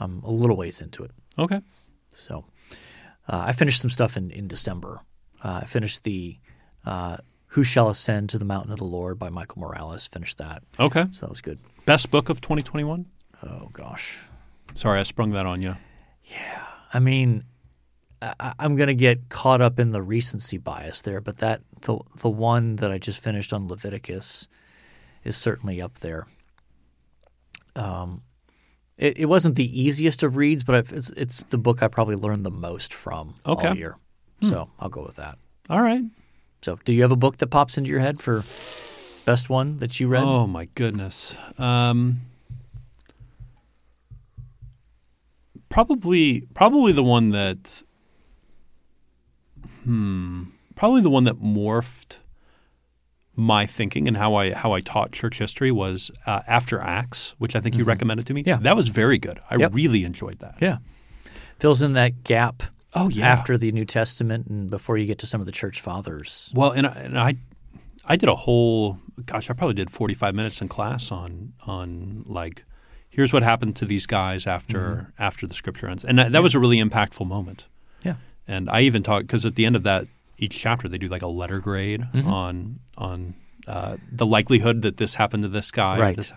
[SPEAKER 1] I'm a little ways into it,
[SPEAKER 2] okay,
[SPEAKER 1] so uh, I finished some stuff in in December. Uh, I finished the. Uh, who shall ascend to the mountain of the Lord by Michael Morales? Finished that,
[SPEAKER 2] okay.
[SPEAKER 1] so that was good.
[SPEAKER 2] Best book of 2021.
[SPEAKER 1] Oh gosh,
[SPEAKER 2] Sorry, I sprung that on you.
[SPEAKER 1] I mean, I- I, I'm going to get caught up in the recency bias there, but that the the one that I just finished on Leviticus is certainly up there. um, it, it wasn't the easiest of reads, but I've, it's it's the book I probably learned the most from all
[SPEAKER 2] Okay.
[SPEAKER 1] year. So I'll go with that.
[SPEAKER 2] All right.
[SPEAKER 1] So, do you have a book that pops into your head for best one that you read?
[SPEAKER 2] Oh my goodness. Um, probably, probably the one that, hmm, probably the one that morphed my thinking and how I how I taught church history was uh, After Acts, which I think you recommended to me.
[SPEAKER 1] Yeah.
[SPEAKER 2] that was very good. I
[SPEAKER 1] Yep.
[SPEAKER 2] really enjoyed that.
[SPEAKER 1] Yeah, fills in that gap
[SPEAKER 2] Oh yeah.
[SPEAKER 1] after the New Testament and before you get to some of the church fathers.
[SPEAKER 2] Well, and I, and I, I did a whole. Gosh, I probably did forty-five minutes in class on on like, here's what happened to these guys after after the scripture ends, and that, that was a really impactful moment.
[SPEAKER 1] Yeah,
[SPEAKER 2] And I even taught because at the end of that each chapter they do like a letter grade on on uh, the likelihood that this happened to this guy. or
[SPEAKER 1] Right.
[SPEAKER 2] this-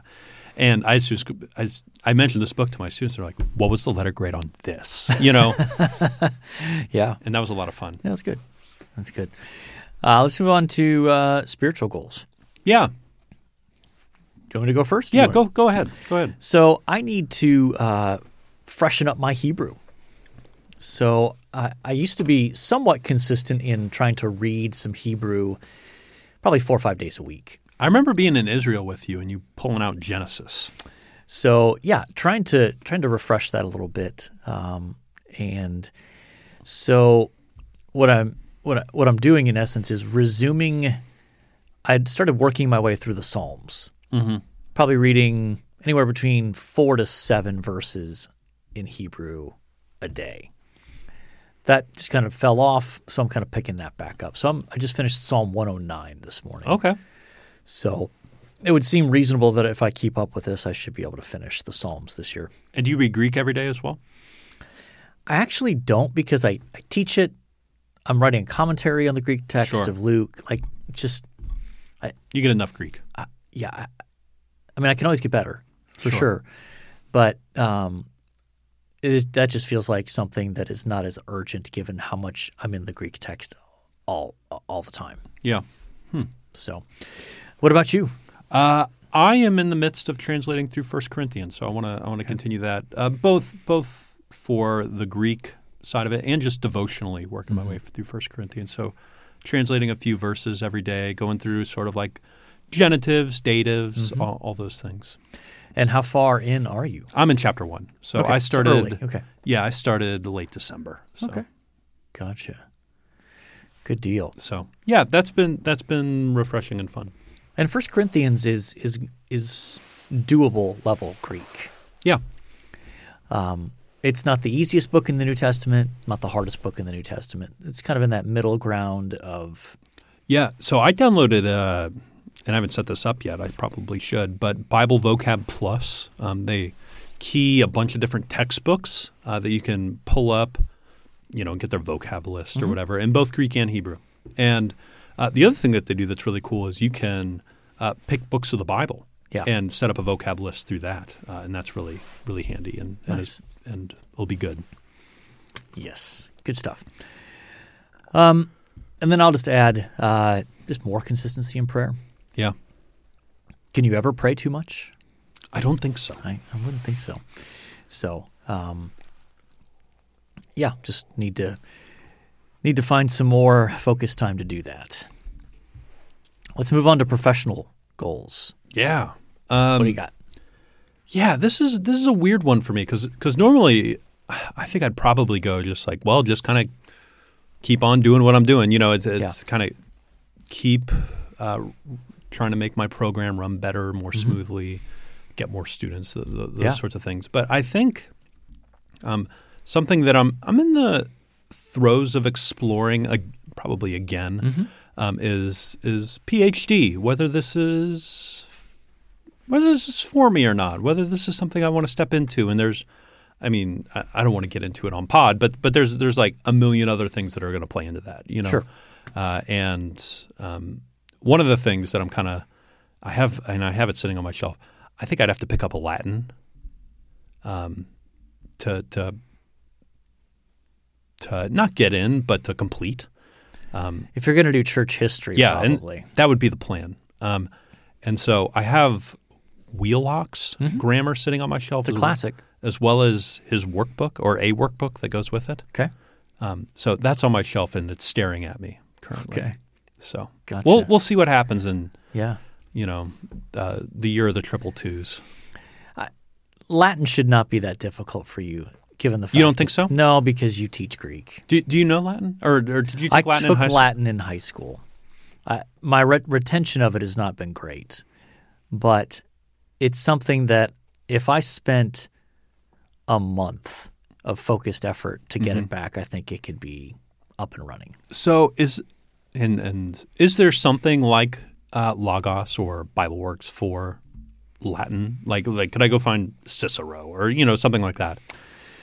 [SPEAKER 2] and I just, I, s- I mentioned this book to my students. They're like, "What was the letter grade on this?" You know,
[SPEAKER 1] yeah,
[SPEAKER 2] and that was a lot of fun.
[SPEAKER 1] that's good. That's good. Uh, let's move on to uh, spiritual goals.
[SPEAKER 2] Yeah,
[SPEAKER 1] Do you want me to go first?
[SPEAKER 2] yeah.
[SPEAKER 1] Do you
[SPEAKER 2] Go
[SPEAKER 1] want-
[SPEAKER 2] go ahead. Go ahead.
[SPEAKER 1] So I need to uh, freshen up my Hebrew. So I, I used to be somewhat consistent in trying to read some Hebrew, probably four or five days a week.
[SPEAKER 2] I remember being in Israel with you and you pulling out Genesis.
[SPEAKER 1] So yeah, trying to trying to refresh that a little bit, um, and so what I'm what I, what I'm doing in essence is resuming. I'd started working my way through the Psalms, probably reading anywhere between four to seven verses in Hebrew a day. That just kind of fell off, so I'm kind of picking that back up. So I'm, I just finished Psalm 109 this morning.
[SPEAKER 2] Okay.
[SPEAKER 1] So it would seem reasonable that if I keep up with this, I should be able to finish the Psalms this year.
[SPEAKER 2] And do you read Greek every day as well?
[SPEAKER 1] I actually don't because I, I teach it. I'm writing a commentary on the Greek text
[SPEAKER 2] Sure.
[SPEAKER 1] of Luke. Like, just,
[SPEAKER 2] You get enough Greek.
[SPEAKER 1] yeah. I, I mean, I can always get better for sure.
[SPEAKER 2] Sure.
[SPEAKER 1] But um, it is, that just feels like something that is not as urgent given how much I'm in the Greek text all all the time.
[SPEAKER 2] Yeah.
[SPEAKER 1] So, what about you?
[SPEAKER 2] Uh, I am in the midst of translating through First Corinthians, so I want to I want to continue that uh, both both for the Greek side of it and just devotionally working
[SPEAKER 1] Mm-hmm.
[SPEAKER 2] my way through First Corinthians. So translating a few verses every day, going through sort of like genitives, datives,
[SPEAKER 1] Mm-hmm.
[SPEAKER 2] all, all those things.
[SPEAKER 1] And how far in are you?
[SPEAKER 2] I'm in chapter one, so
[SPEAKER 1] Okay,
[SPEAKER 2] I
[SPEAKER 1] so
[SPEAKER 2] started.
[SPEAKER 1] early. Okay.
[SPEAKER 2] Yeah, I started late December. So.
[SPEAKER 1] Okay. Gotcha. Good deal.
[SPEAKER 2] So yeah, that's been that's been refreshing and fun.
[SPEAKER 1] And First Corinthians is is is doable level Greek.
[SPEAKER 2] Yeah,
[SPEAKER 1] It's not the easiest book in the New Testament, not the hardest book in the New Testament. It's kind of in that middle ground of
[SPEAKER 2] yeah. So I downloaded uh, and I haven't set this up yet. I probably should, but Bible Vocab Plus. Um, they key a bunch of different textbooks uh, that you can pull up, you know, and get their vocab list or whatever in both Greek and Hebrew. And uh, the other thing that they do that's really cool is you can uh, pick books of the Bible
[SPEAKER 1] Yeah.
[SPEAKER 2] and set up a vocab list through that, uh, and that's really really handy and and, is, and it'll be good.
[SPEAKER 1] yes, good stuff. Um, and then I'll just add uh, just more consistency in prayer.
[SPEAKER 2] Yeah,
[SPEAKER 1] Can you ever pray too much?
[SPEAKER 2] I don't think so.
[SPEAKER 1] I, I wouldn't think so. So, um, yeah, just need to need to find some more focus time to do that. Let's move on to professional goals.
[SPEAKER 2] Yeah.
[SPEAKER 1] What do
[SPEAKER 2] Um,
[SPEAKER 1] you got?
[SPEAKER 2] yeah, this is this is a weird one for me because normally I think I'd probably go just like well, just kind of keep on doing what I'm doing. You know, it's it's kind of keep uh, trying to make my program run better, more smoothly, get more students, th th those
[SPEAKER 1] Mm-hmm. Yeah.
[SPEAKER 2] sorts of things. But I think um, something that I'm I'm in the throes of exploring ag- probably again
[SPEAKER 1] Mm-hmm.
[SPEAKER 2] um, is is PhD. Whether this is whether this is for me or not, whether this is something I want to step into. And there's, I mean, I, I don't want to get into it on pod, but but there's there's like a million other things that are going to play into that, you know.
[SPEAKER 1] Sure.
[SPEAKER 2] Uh, and um, one of the things that I'm kind of, I have, and I have it sitting on my shelf. I think I'd have to pick up a Latin, um, to to to not get in, but to complete.
[SPEAKER 1] If you're going to do church history,
[SPEAKER 2] Yeah,
[SPEAKER 1] probably.
[SPEAKER 2] and that would be the plan. Um, and so I have Wheelock's grammar sitting on my shelf.
[SPEAKER 1] Mm-hmm. It's a
[SPEAKER 2] as well-
[SPEAKER 1] classic.
[SPEAKER 2] as well as his workbook or a workbook that goes with it.
[SPEAKER 1] Okay.
[SPEAKER 2] Um, so that's on my shelf and it's staring at me currently.
[SPEAKER 1] Okay.
[SPEAKER 2] So
[SPEAKER 1] Gotcha.
[SPEAKER 2] we'll we'll see what happens in
[SPEAKER 1] Yeah.
[SPEAKER 2] you know uh, the year of the triple twos.
[SPEAKER 1] Latin should not be that difficult for you, given the fact
[SPEAKER 2] You don't
[SPEAKER 1] that-
[SPEAKER 2] think so?
[SPEAKER 1] No, because you teach Greek.
[SPEAKER 2] Do, do you know Latin or, or did you take
[SPEAKER 1] I
[SPEAKER 2] Latin
[SPEAKER 1] took
[SPEAKER 2] in high school?
[SPEAKER 1] Latin in high school. I, my re- retention of it has not been great, but it's something that if I spent a month of focused effort to get
[SPEAKER 2] Mm-hmm.
[SPEAKER 1] it back, I think it could be up and running.
[SPEAKER 2] So is and and is there something like uh, Logos or BibleWorks for Latin? Like like could I go find Cicero or you know something like that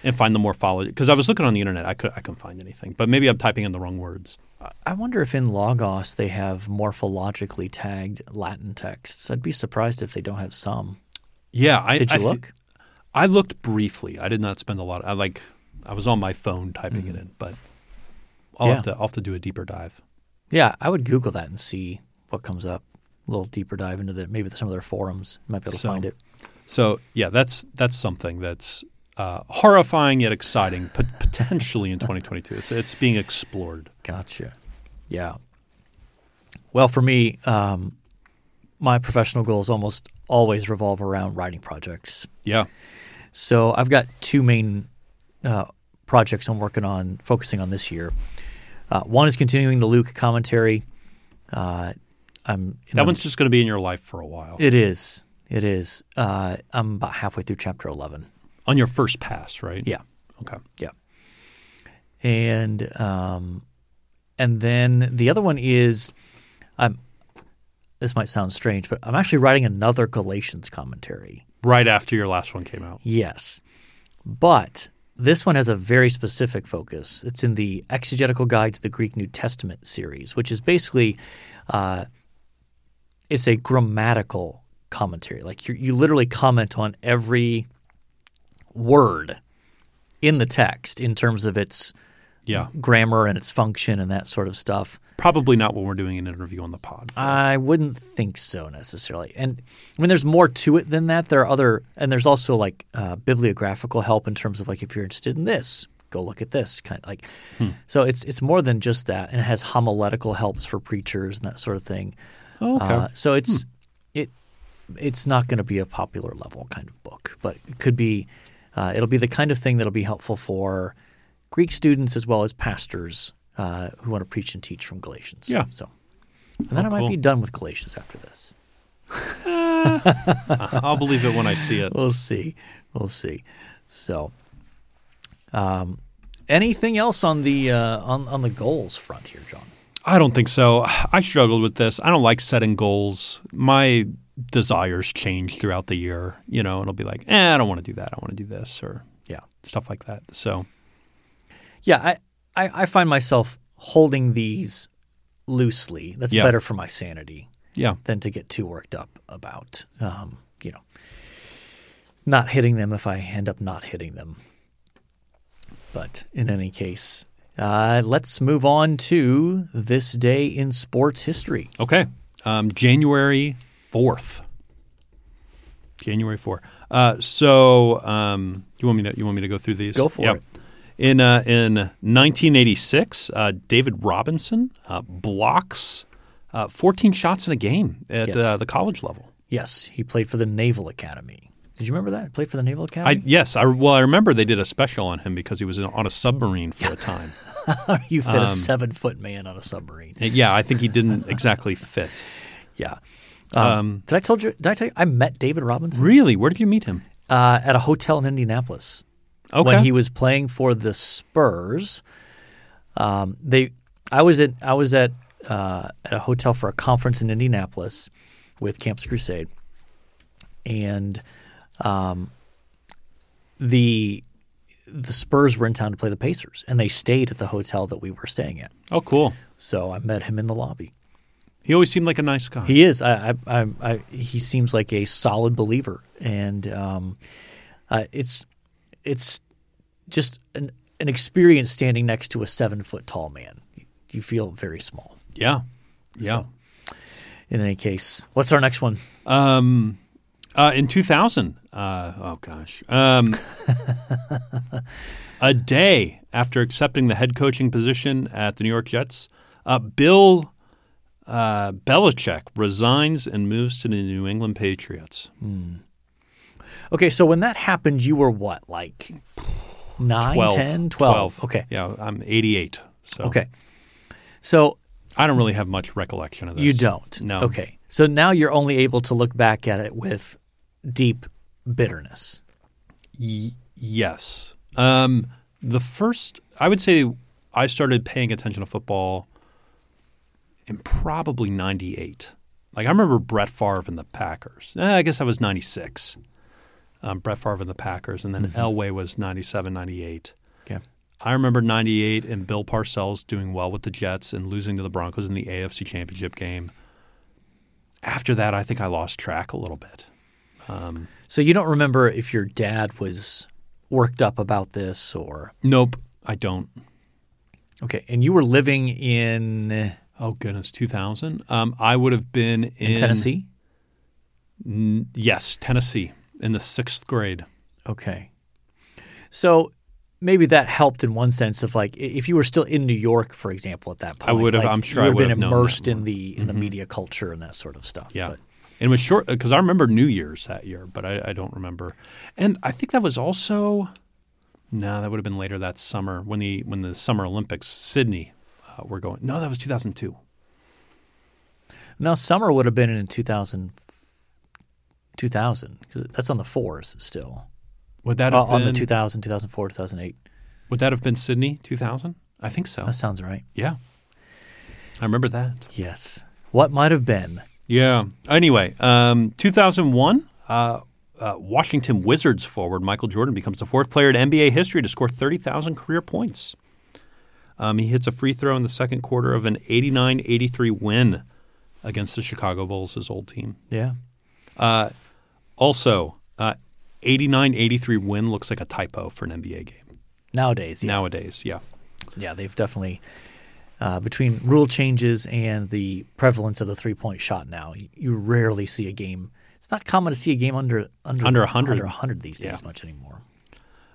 [SPEAKER 2] and find the morphology? Because I was looking on the internet, I could I couldn't find anything, but maybe I'm typing in the wrong words.
[SPEAKER 1] I wonder if in Logos they have morphologically tagged Latin texts. I'd be surprised if they don't have some.
[SPEAKER 2] Yeah, I
[SPEAKER 1] Did you
[SPEAKER 2] I thi-
[SPEAKER 1] look?
[SPEAKER 2] I looked briefly. I did not spend a lot. I like I was on my phone typing it in, but
[SPEAKER 1] Mm-hmm.
[SPEAKER 2] I'll
[SPEAKER 1] Yeah.
[SPEAKER 2] have to I'll have to do a deeper dive.
[SPEAKER 1] Yeah, I would Google that and see what comes up. A little deeper dive into the maybe some of their forums. You might be able to
[SPEAKER 2] So-
[SPEAKER 1] find it.
[SPEAKER 2] So yeah, that's that's something that's uh, horrifying yet exciting, pot- potentially in 2022. It's it's being explored.
[SPEAKER 1] Gotcha. Yeah. Well, for me, um, my professional goals almost always revolve around writing projects.
[SPEAKER 2] Yeah,
[SPEAKER 1] So I've got two main uh, projects I'm working on, focusing on this year. Uh, one is continuing the Luke commentary. Uh, I'm in
[SPEAKER 2] that
[SPEAKER 1] the-
[SPEAKER 2] one's just going to be in your life for a while.
[SPEAKER 1] It is. It is. Uh, I'm about halfway through chapter 11.
[SPEAKER 2] on your first pass, right?
[SPEAKER 1] Yeah.
[SPEAKER 2] Okay.
[SPEAKER 1] Yeah. And um, and then the other one is, I'm. This might sound strange, but I'm actually writing another Galatians commentary.
[SPEAKER 2] Right after your last one came out.
[SPEAKER 1] Yes, but this one has a very specific focus. It's in the Exegetical Guide to the Greek New Testament series, which is basically, uh, it's a grammatical commentary. Like you, you literally comment on every word in the text in terms of its
[SPEAKER 2] Yeah.
[SPEAKER 1] grammar and its function and that sort of stuff.
[SPEAKER 2] Probably not when we're doing an interview on the pod.
[SPEAKER 1] I wouldn't think so necessarily. And I mean, there's more to it than that. There are other, and there's also like uh, bibliographical help in terms of like if you're interested in this, go look at this kind of like. So it's it's more than just that, and it has homiletical helps for preachers and that sort of thing.
[SPEAKER 2] oh, okay.
[SPEAKER 1] Uh, so it's it it's not going to be a popular level kind of book, but it could be. Uh, it'll be the kind of thing that'll be helpful for Greek students as well as pastors uh, who want to preach and teach from Galatians.
[SPEAKER 2] Yeah.
[SPEAKER 1] So, and then
[SPEAKER 2] Oh,
[SPEAKER 1] I might
[SPEAKER 2] cool.
[SPEAKER 1] be done with Galatians after this.
[SPEAKER 2] I'll believe it when I see it.
[SPEAKER 1] We'll see. We'll see. So, um, anything else on the uh, on on the goals front here, John?
[SPEAKER 2] I don't think so. I struggled with this. I don't like setting goals. My desires change throughout the year, you know, and I'll be like, eh, I don't want to do that. I want to do this or
[SPEAKER 1] Yeah.
[SPEAKER 2] stuff like that. So,
[SPEAKER 1] Yeah, I, I, I find myself holding these loosely. That's
[SPEAKER 2] Yeah.
[SPEAKER 1] better for my sanity
[SPEAKER 2] yeah.
[SPEAKER 1] than to get too worked up about, um, you know, not hitting them if I end up not hitting them. But in any case, uh, let's move on to this day in sports history.
[SPEAKER 2] Okay. Um, January 4th. January 4th. Uh, so, um, you want me to you want me to go through these?
[SPEAKER 1] Go for it.
[SPEAKER 2] In uh, in 1986, uh, David Robinson uh, blocks uh, 14 shots in a game at
[SPEAKER 1] Yes.
[SPEAKER 2] uh, the college level.
[SPEAKER 1] Yes, he played for the Naval Academy. Did you remember that? He played for the Naval
[SPEAKER 2] I,
[SPEAKER 1] Academy?
[SPEAKER 2] yes, I well I remember they did a special on him because he was in- on a submarine for a time.
[SPEAKER 1] you fit
[SPEAKER 2] um,
[SPEAKER 1] a seven foot man on a submarine.
[SPEAKER 2] yeah, I think he didn't exactly fit.
[SPEAKER 1] Yeah. Um, did I told you? Did I tell you? I met David Robinson
[SPEAKER 2] Really, where did you meet him?
[SPEAKER 1] uh, at a hotel in Indianapolis
[SPEAKER 2] Okay,
[SPEAKER 1] when he was playing for the Spurs. Um, they, I was at I was at uh, at a hotel for a conference in Indianapolis with Campus Crusade, and um, the the Spurs were in town to play the Pacers, and they stayed at the hotel that we were staying at.
[SPEAKER 2] oh cool.
[SPEAKER 1] So I met him in the lobby.
[SPEAKER 2] He always seemed like a nice guy.
[SPEAKER 1] He is. I, I, I, I, he seems like a solid believer, and um, uh, it's it's just an an experience standing next to a seven foot tall man. You feel very small.
[SPEAKER 2] yeah, yeah.
[SPEAKER 1] In any case, what's our next one?
[SPEAKER 2] Um, Uh, in 2000, uh, oh gosh, um, a day after accepting the head coaching position at the New York Jets, uh, Bill uh, Belichick resigns and moves to the New England Patriots.
[SPEAKER 1] Okay, so when that happened, you were what, like 9,
[SPEAKER 2] 12,
[SPEAKER 1] 10, 12? Okay.
[SPEAKER 2] Yeah, I'm 88. So
[SPEAKER 1] Okay. So
[SPEAKER 2] I don't really have much recollection of this.
[SPEAKER 1] you don't.
[SPEAKER 2] No.
[SPEAKER 1] Okay. So now you're only able to look back at it with deep bitterness.
[SPEAKER 2] Y- yes. Um, the first, I would say, I started paying attention to football in probably '98. Like I remember Brett Favre and the Packers. Eh, I guess I was '96. Um, Brett Favre and the Packers, and then Elway was '97, '98.
[SPEAKER 1] Okay.
[SPEAKER 2] I remember '98 and Bill Parcells doing well with the Jets and losing to the Broncos in the AFC Championship game. After that, I think I lost track a little bit.
[SPEAKER 1] So you don't remember if your dad was worked up about this or.
[SPEAKER 2] Nope, I don't.
[SPEAKER 1] Okay. And you were living in,
[SPEAKER 2] Oh goodness, 2000. Um, I would have been in,
[SPEAKER 1] Tennessee?
[SPEAKER 2] Yes, Tennessee in the sixth grade.
[SPEAKER 1] Okay. So maybe that helped in one sense of like i- if you were still in New York, for example, at that point.
[SPEAKER 2] would have-
[SPEAKER 1] like,
[SPEAKER 2] I'm sure
[SPEAKER 1] you
[SPEAKER 2] I
[SPEAKER 1] would've
[SPEAKER 2] would have
[SPEAKER 1] been
[SPEAKER 2] known that Mm-hmm.
[SPEAKER 1] immersed in the in the media culture and that sort of stuff.
[SPEAKER 2] Yeah,
[SPEAKER 1] But,
[SPEAKER 2] and it was short because I remember New Year's that year, but I, I don't remember. And I think that was also no, that would have been later that summer when the when the Summer Olympics Sydney uh, were going. No, that was 2002.
[SPEAKER 1] now summer would have been in 2000, 2000 because that's on the fours still.
[SPEAKER 2] Would that
[SPEAKER 1] Uh,
[SPEAKER 2] have
[SPEAKER 1] on the
[SPEAKER 2] been,
[SPEAKER 1] 2000, 2004, 2008.
[SPEAKER 2] Would that have been Sydney 2000? I think so.
[SPEAKER 1] That sounds right.
[SPEAKER 2] Yeah, I remember that.
[SPEAKER 1] Yes. What might have been?
[SPEAKER 2] Yeah. Anyway, um, 2001, uh, uh, Washington Wizards forward Michael Jordan becomes the fourth player in NBA history to score 30,000 career points. Um, he hits a free throw in the second quarter of an 89 83 win against the Chicago Bulls, his old team.
[SPEAKER 1] Yeah.
[SPEAKER 2] Also, 89 83 win looks like a typo for an NBA game
[SPEAKER 1] Nowadays, yeah,
[SPEAKER 2] nowadays. Yeah.
[SPEAKER 1] yeah, they've definitely uh, between rule changes and the prevalence of the three point shot now, y- you rarely see a game. It's not common to see a game under under
[SPEAKER 2] Under 100.
[SPEAKER 1] under 100 these days
[SPEAKER 2] Yeah.
[SPEAKER 1] much anymore.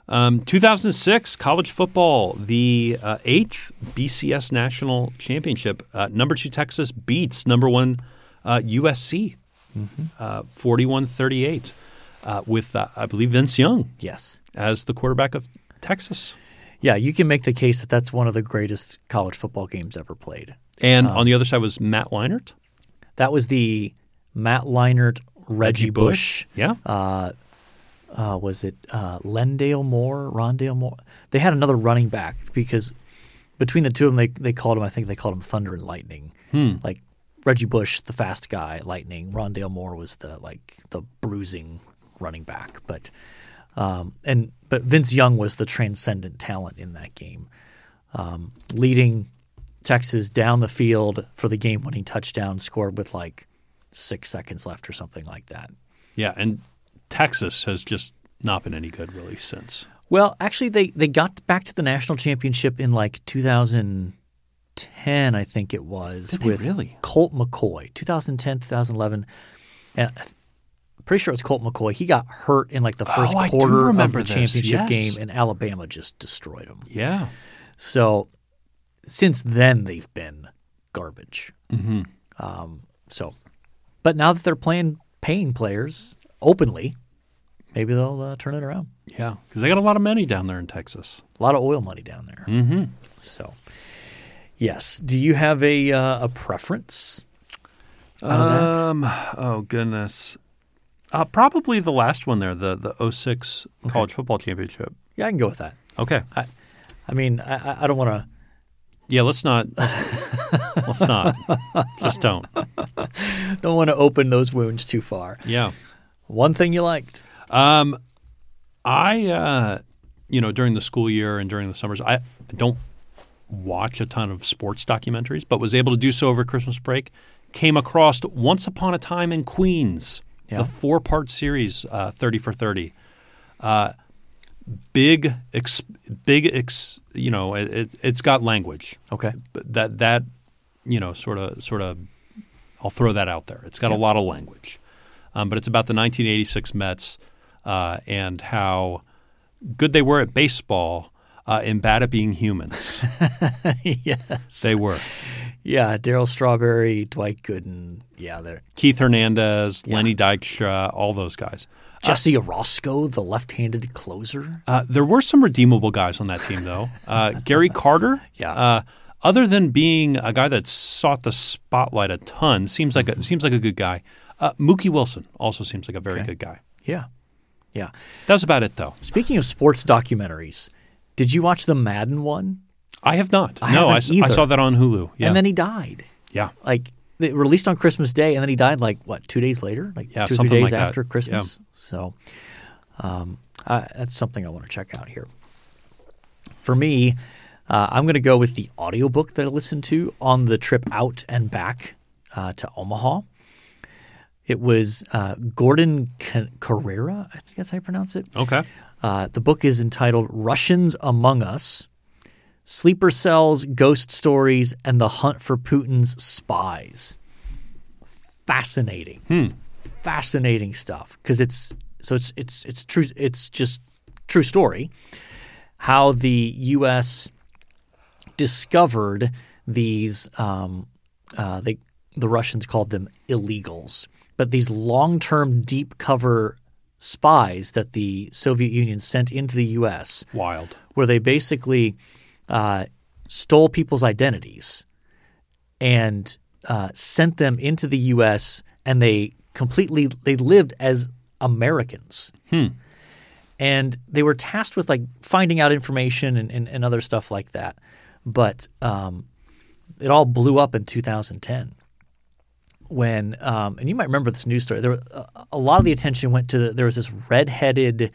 [SPEAKER 2] Um, 2006, college football, the uh, eighth BCS national championship. Uh, number two Texas beats number one uh, USC, Mm-hmm. uh, forty-one thirty-eight, uh, with uh, I believe Vince Young
[SPEAKER 1] Yes,
[SPEAKER 2] as the quarterback of Texas.
[SPEAKER 1] yeah, you can make the case that that's one of the greatest college football games ever played.
[SPEAKER 2] And on the other side was Matt Leinart,
[SPEAKER 1] That was the Matt Leinart, Reggie, Bush.
[SPEAKER 2] Yeah,
[SPEAKER 1] uh, was it uh, Lendale Moore, Rondale Moore? They had another running back because between the two of them, they, they called him, I think they called him Thunder and Lightning. Like Reggie Bush, the fast guy, Lightning. Rondale Moore was the like the bruising running back, but um, and but Vince Young was the transcendent talent in that game, um, leading Texas down the field for the game-winning touchdown, scored with like six seconds left or something like that.
[SPEAKER 2] yeah, and Texas has just not been any good really since.
[SPEAKER 1] Well, actually, they, they got back to the national championship in like 2010, I think it was,
[SPEAKER 2] Did they
[SPEAKER 1] with
[SPEAKER 2] really?
[SPEAKER 1] Colt McCoy, 2010, 2011. And I th- pretty sure it was Colt McCoy. He got hurt in like the first
[SPEAKER 2] Oh, I do
[SPEAKER 1] quarter of
[SPEAKER 2] remember
[SPEAKER 1] the
[SPEAKER 2] this,
[SPEAKER 1] championship
[SPEAKER 2] yes.
[SPEAKER 1] game, and Alabama just destroyed him.
[SPEAKER 2] Yeah,
[SPEAKER 1] So since then, they've been garbage. Mm-hmm. Um, so, but now that they're playing paying players openly, maybe they'll uh, turn it around.
[SPEAKER 2] yeah, because they got a lot of money down there in Texas.
[SPEAKER 1] A lot of oil money down there. Mm-hmm. So, yes. Do you have a uh, a preference? on that?
[SPEAKER 2] Um. Oh goodness. Uh, probably the last one there, the the 06 college football championship.
[SPEAKER 1] Yeah, I can go with that.
[SPEAKER 2] Okay.
[SPEAKER 1] I mean, I, I- I don't want to.
[SPEAKER 2] yeah. Let's not. Let's, let's not. Just don't.
[SPEAKER 1] Don't want to open those wounds too far.
[SPEAKER 2] Yeah.
[SPEAKER 1] One thing you liked.
[SPEAKER 2] I, uh, you know, during the school year and during the summers, I don't watch a ton of sports documentaries, but was able to do so over Christmas break. Came across Once Upon a Time in Queens,
[SPEAKER 1] Yeah.
[SPEAKER 2] the four part series, uh, 30 for 30. Uh, big, ex- big, ex- you know, it, it, it's got language.
[SPEAKER 1] Okay.
[SPEAKER 2] But that, that, you know, sort of, sort of, I'll throw that out there. It's got a lot of language. Um, but it's about the 1986 Mets uh, and how good they were at baseball uh, and bad at being humans.
[SPEAKER 1] yes.
[SPEAKER 2] they were.
[SPEAKER 1] yeah, Daryl Strawberry, Dwight Gooden. Yeah, they're
[SPEAKER 2] Keith Hernandez, Lenny Dykstra, all those guys.
[SPEAKER 1] Jesse Orozco, the left-handed closer.
[SPEAKER 2] Uh, there were some redeemable guys on that team, though. Uh, Gary Carter,
[SPEAKER 1] Yeah.
[SPEAKER 2] Uh, other than being a guy that sought the spotlight a ton, seems like a seems like a good guy. Uh, Mookie Wilson also seems like a very good guy.
[SPEAKER 1] Yeah. Yeah.
[SPEAKER 2] That was about it, though.
[SPEAKER 1] Speaking of sports documentaries, did you watch the Madden one?
[SPEAKER 2] I have not.
[SPEAKER 1] I
[SPEAKER 2] no,
[SPEAKER 1] haven't
[SPEAKER 2] I, s- I
[SPEAKER 1] either.
[SPEAKER 2] saw that on Hulu. Yeah,
[SPEAKER 1] And then he died.
[SPEAKER 2] yeah,
[SPEAKER 1] Like it released on Christmas Day, and then he died like what two days later, like two
[SPEAKER 2] Yeah,
[SPEAKER 1] or three
[SPEAKER 2] something
[SPEAKER 1] days
[SPEAKER 2] like that.
[SPEAKER 1] after Christmas. So um, I, that's something I want to check out here. For me, uh, I'm going to go with the audiobook that I listened to on the trip out and back uh, to Omaha. It was uh, Gordon Ca- Carrera, I think that's how you pronounce it.
[SPEAKER 2] okay.
[SPEAKER 1] Uh, the book is entitled Russians Among Us Sleeper Cells, Ghost Stories, and the Hunt for Putin's Spies. Fascinating. Fascinating stuff because it's so it's it's it's true it's just true story how the US discovered these um, uh, they the Russians called them illegals, but these long-term deep cover spies that the Soviet Union sent into the U.S.,
[SPEAKER 2] Wild.
[SPEAKER 1] where they basically uh, stole people's identities and uh, sent them into the U.S. and they completely they lived as Americans. And they were tasked with like finding out information and, and, and other stuff like that. But um, it all blew up in 2010 when um, and you might remember this news story. There, were- a, a lot of the attention went to the, there was this redheaded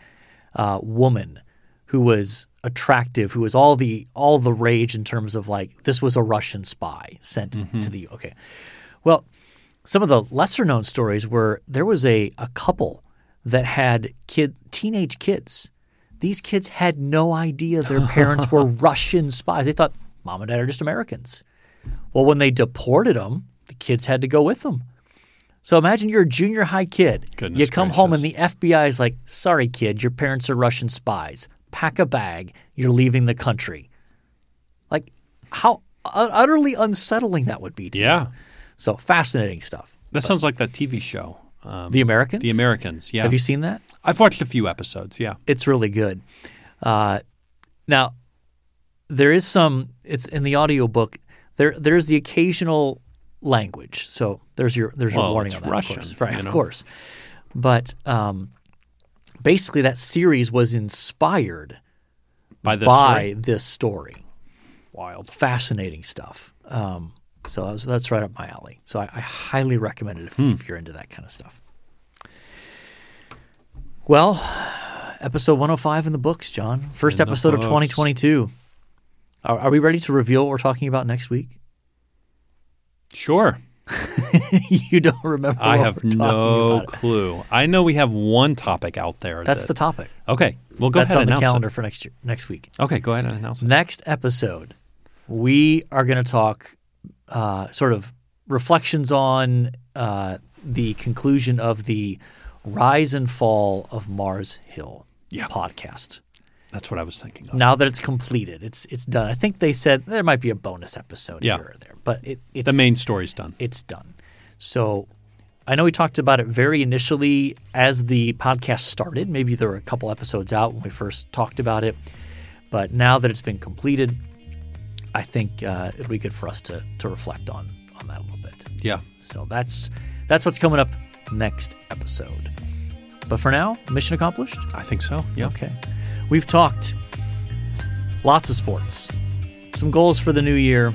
[SPEAKER 1] uh, woman who was attractive, who was all the all the rage in terms of like this was a Russian spy sent to the okay. Well, some of the lesser known stories were there was a a couple that had kid teenage kids. These kids had no idea their parents were Russian spies. They thought mom and dad are just Americans. Well, when they deported them, the kids had to go with them. So imagine you're a junior high kid.
[SPEAKER 2] Goodness
[SPEAKER 1] you come
[SPEAKER 2] gracious.
[SPEAKER 1] home and the FBI is like, sorry, kid, your parents are Russian spies. Pack a bag. You're leaving the country. Like, how utterly unsettling that would be to you.
[SPEAKER 2] Yeah,
[SPEAKER 1] So fascinating stuff.
[SPEAKER 2] that sounds like that TV show, um,
[SPEAKER 1] The Americans?
[SPEAKER 2] The Americans. Yeah,
[SPEAKER 1] Have you seen that?
[SPEAKER 2] I've watched a few episodes. Yeah,
[SPEAKER 1] It's really good. Uh, now, there is some, it's in the audiobook, there, there's the occasional language. So there's your, there's your
[SPEAKER 2] Well,
[SPEAKER 1] warning
[SPEAKER 2] it's
[SPEAKER 1] on that.
[SPEAKER 2] Russian,
[SPEAKER 1] of course. Right,
[SPEAKER 2] you
[SPEAKER 1] of
[SPEAKER 2] know.
[SPEAKER 1] course. But um, basically, that series was inspired
[SPEAKER 2] by this
[SPEAKER 1] by
[SPEAKER 2] story.
[SPEAKER 1] this story.
[SPEAKER 2] wild.
[SPEAKER 1] Fascinating stuff. Um, so that was- that's right up my alley. So I, I highly recommend it if,
[SPEAKER 2] Hmm.
[SPEAKER 1] if you're into that kind of stuff. Well, episode 105 in the books, John. First
[SPEAKER 2] In the
[SPEAKER 1] episode of
[SPEAKER 2] books.
[SPEAKER 1] 2022. Are, are we ready to reveal what we're talking about next week?
[SPEAKER 2] Sure.
[SPEAKER 1] you don't remember.
[SPEAKER 2] I
[SPEAKER 1] what
[SPEAKER 2] have
[SPEAKER 1] we're talking
[SPEAKER 2] no
[SPEAKER 1] about.
[SPEAKER 2] clue. I know we have one topic out there.
[SPEAKER 1] That's
[SPEAKER 2] that-
[SPEAKER 1] the topic.
[SPEAKER 2] Okay, well, go
[SPEAKER 1] That's
[SPEAKER 2] ahead
[SPEAKER 1] on
[SPEAKER 2] and
[SPEAKER 1] the
[SPEAKER 2] announce
[SPEAKER 1] calendar for next year, next week.
[SPEAKER 2] it. Okay, go ahead and announce it.
[SPEAKER 1] Next episode, we are going to talk uh, sort of reflections on uh, the conclusion of the Rise and Fall of Mars Hill
[SPEAKER 2] Yeah.
[SPEAKER 1] podcast.
[SPEAKER 2] That's what I was thinking of.
[SPEAKER 1] Now that it's completed, it's it's done. I think they said there might be a bonus episode
[SPEAKER 2] Yeah.
[SPEAKER 1] here or there, but it, it's
[SPEAKER 2] The main story's done.
[SPEAKER 1] it's done. So I know we talked about it very initially as the podcast started. Maybe there were a couple episodes out when we first talked about it. But now that it's been completed, I think uh, it'll be good for us to, to reflect on, on that a little bit.
[SPEAKER 2] Yeah.
[SPEAKER 1] So that's that's what's coming up next episode. But for now, mission accomplished.
[SPEAKER 2] I think so. Yeah.
[SPEAKER 1] Okay. We've talked lots of sports, some goals for the new year.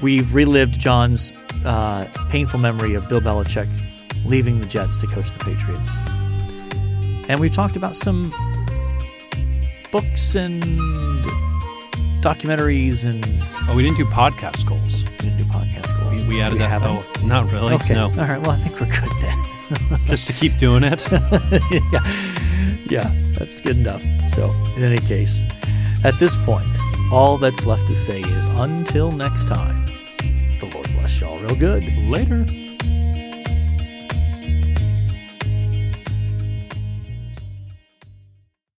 [SPEAKER 1] We've relived John's uh, painful memory of Bill Belichick leaving the Jets to coach the Patriots. And we've talked about some books and documentaries and
[SPEAKER 2] Oh, we didn't do podcast goals.
[SPEAKER 1] new podcast goals.
[SPEAKER 2] We, we added
[SPEAKER 1] Do
[SPEAKER 2] that.
[SPEAKER 1] have them?
[SPEAKER 2] Oh, not really.
[SPEAKER 1] okay.
[SPEAKER 2] No.
[SPEAKER 1] All right. Well, I think we're good then.
[SPEAKER 2] Just to keep doing it.
[SPEAKER 1] yeah. yeah, that's good enough. So, in any case, at this point, all that's left to say is until next time, the Lord bless y'all real good.
[SPEAKER 2] Later.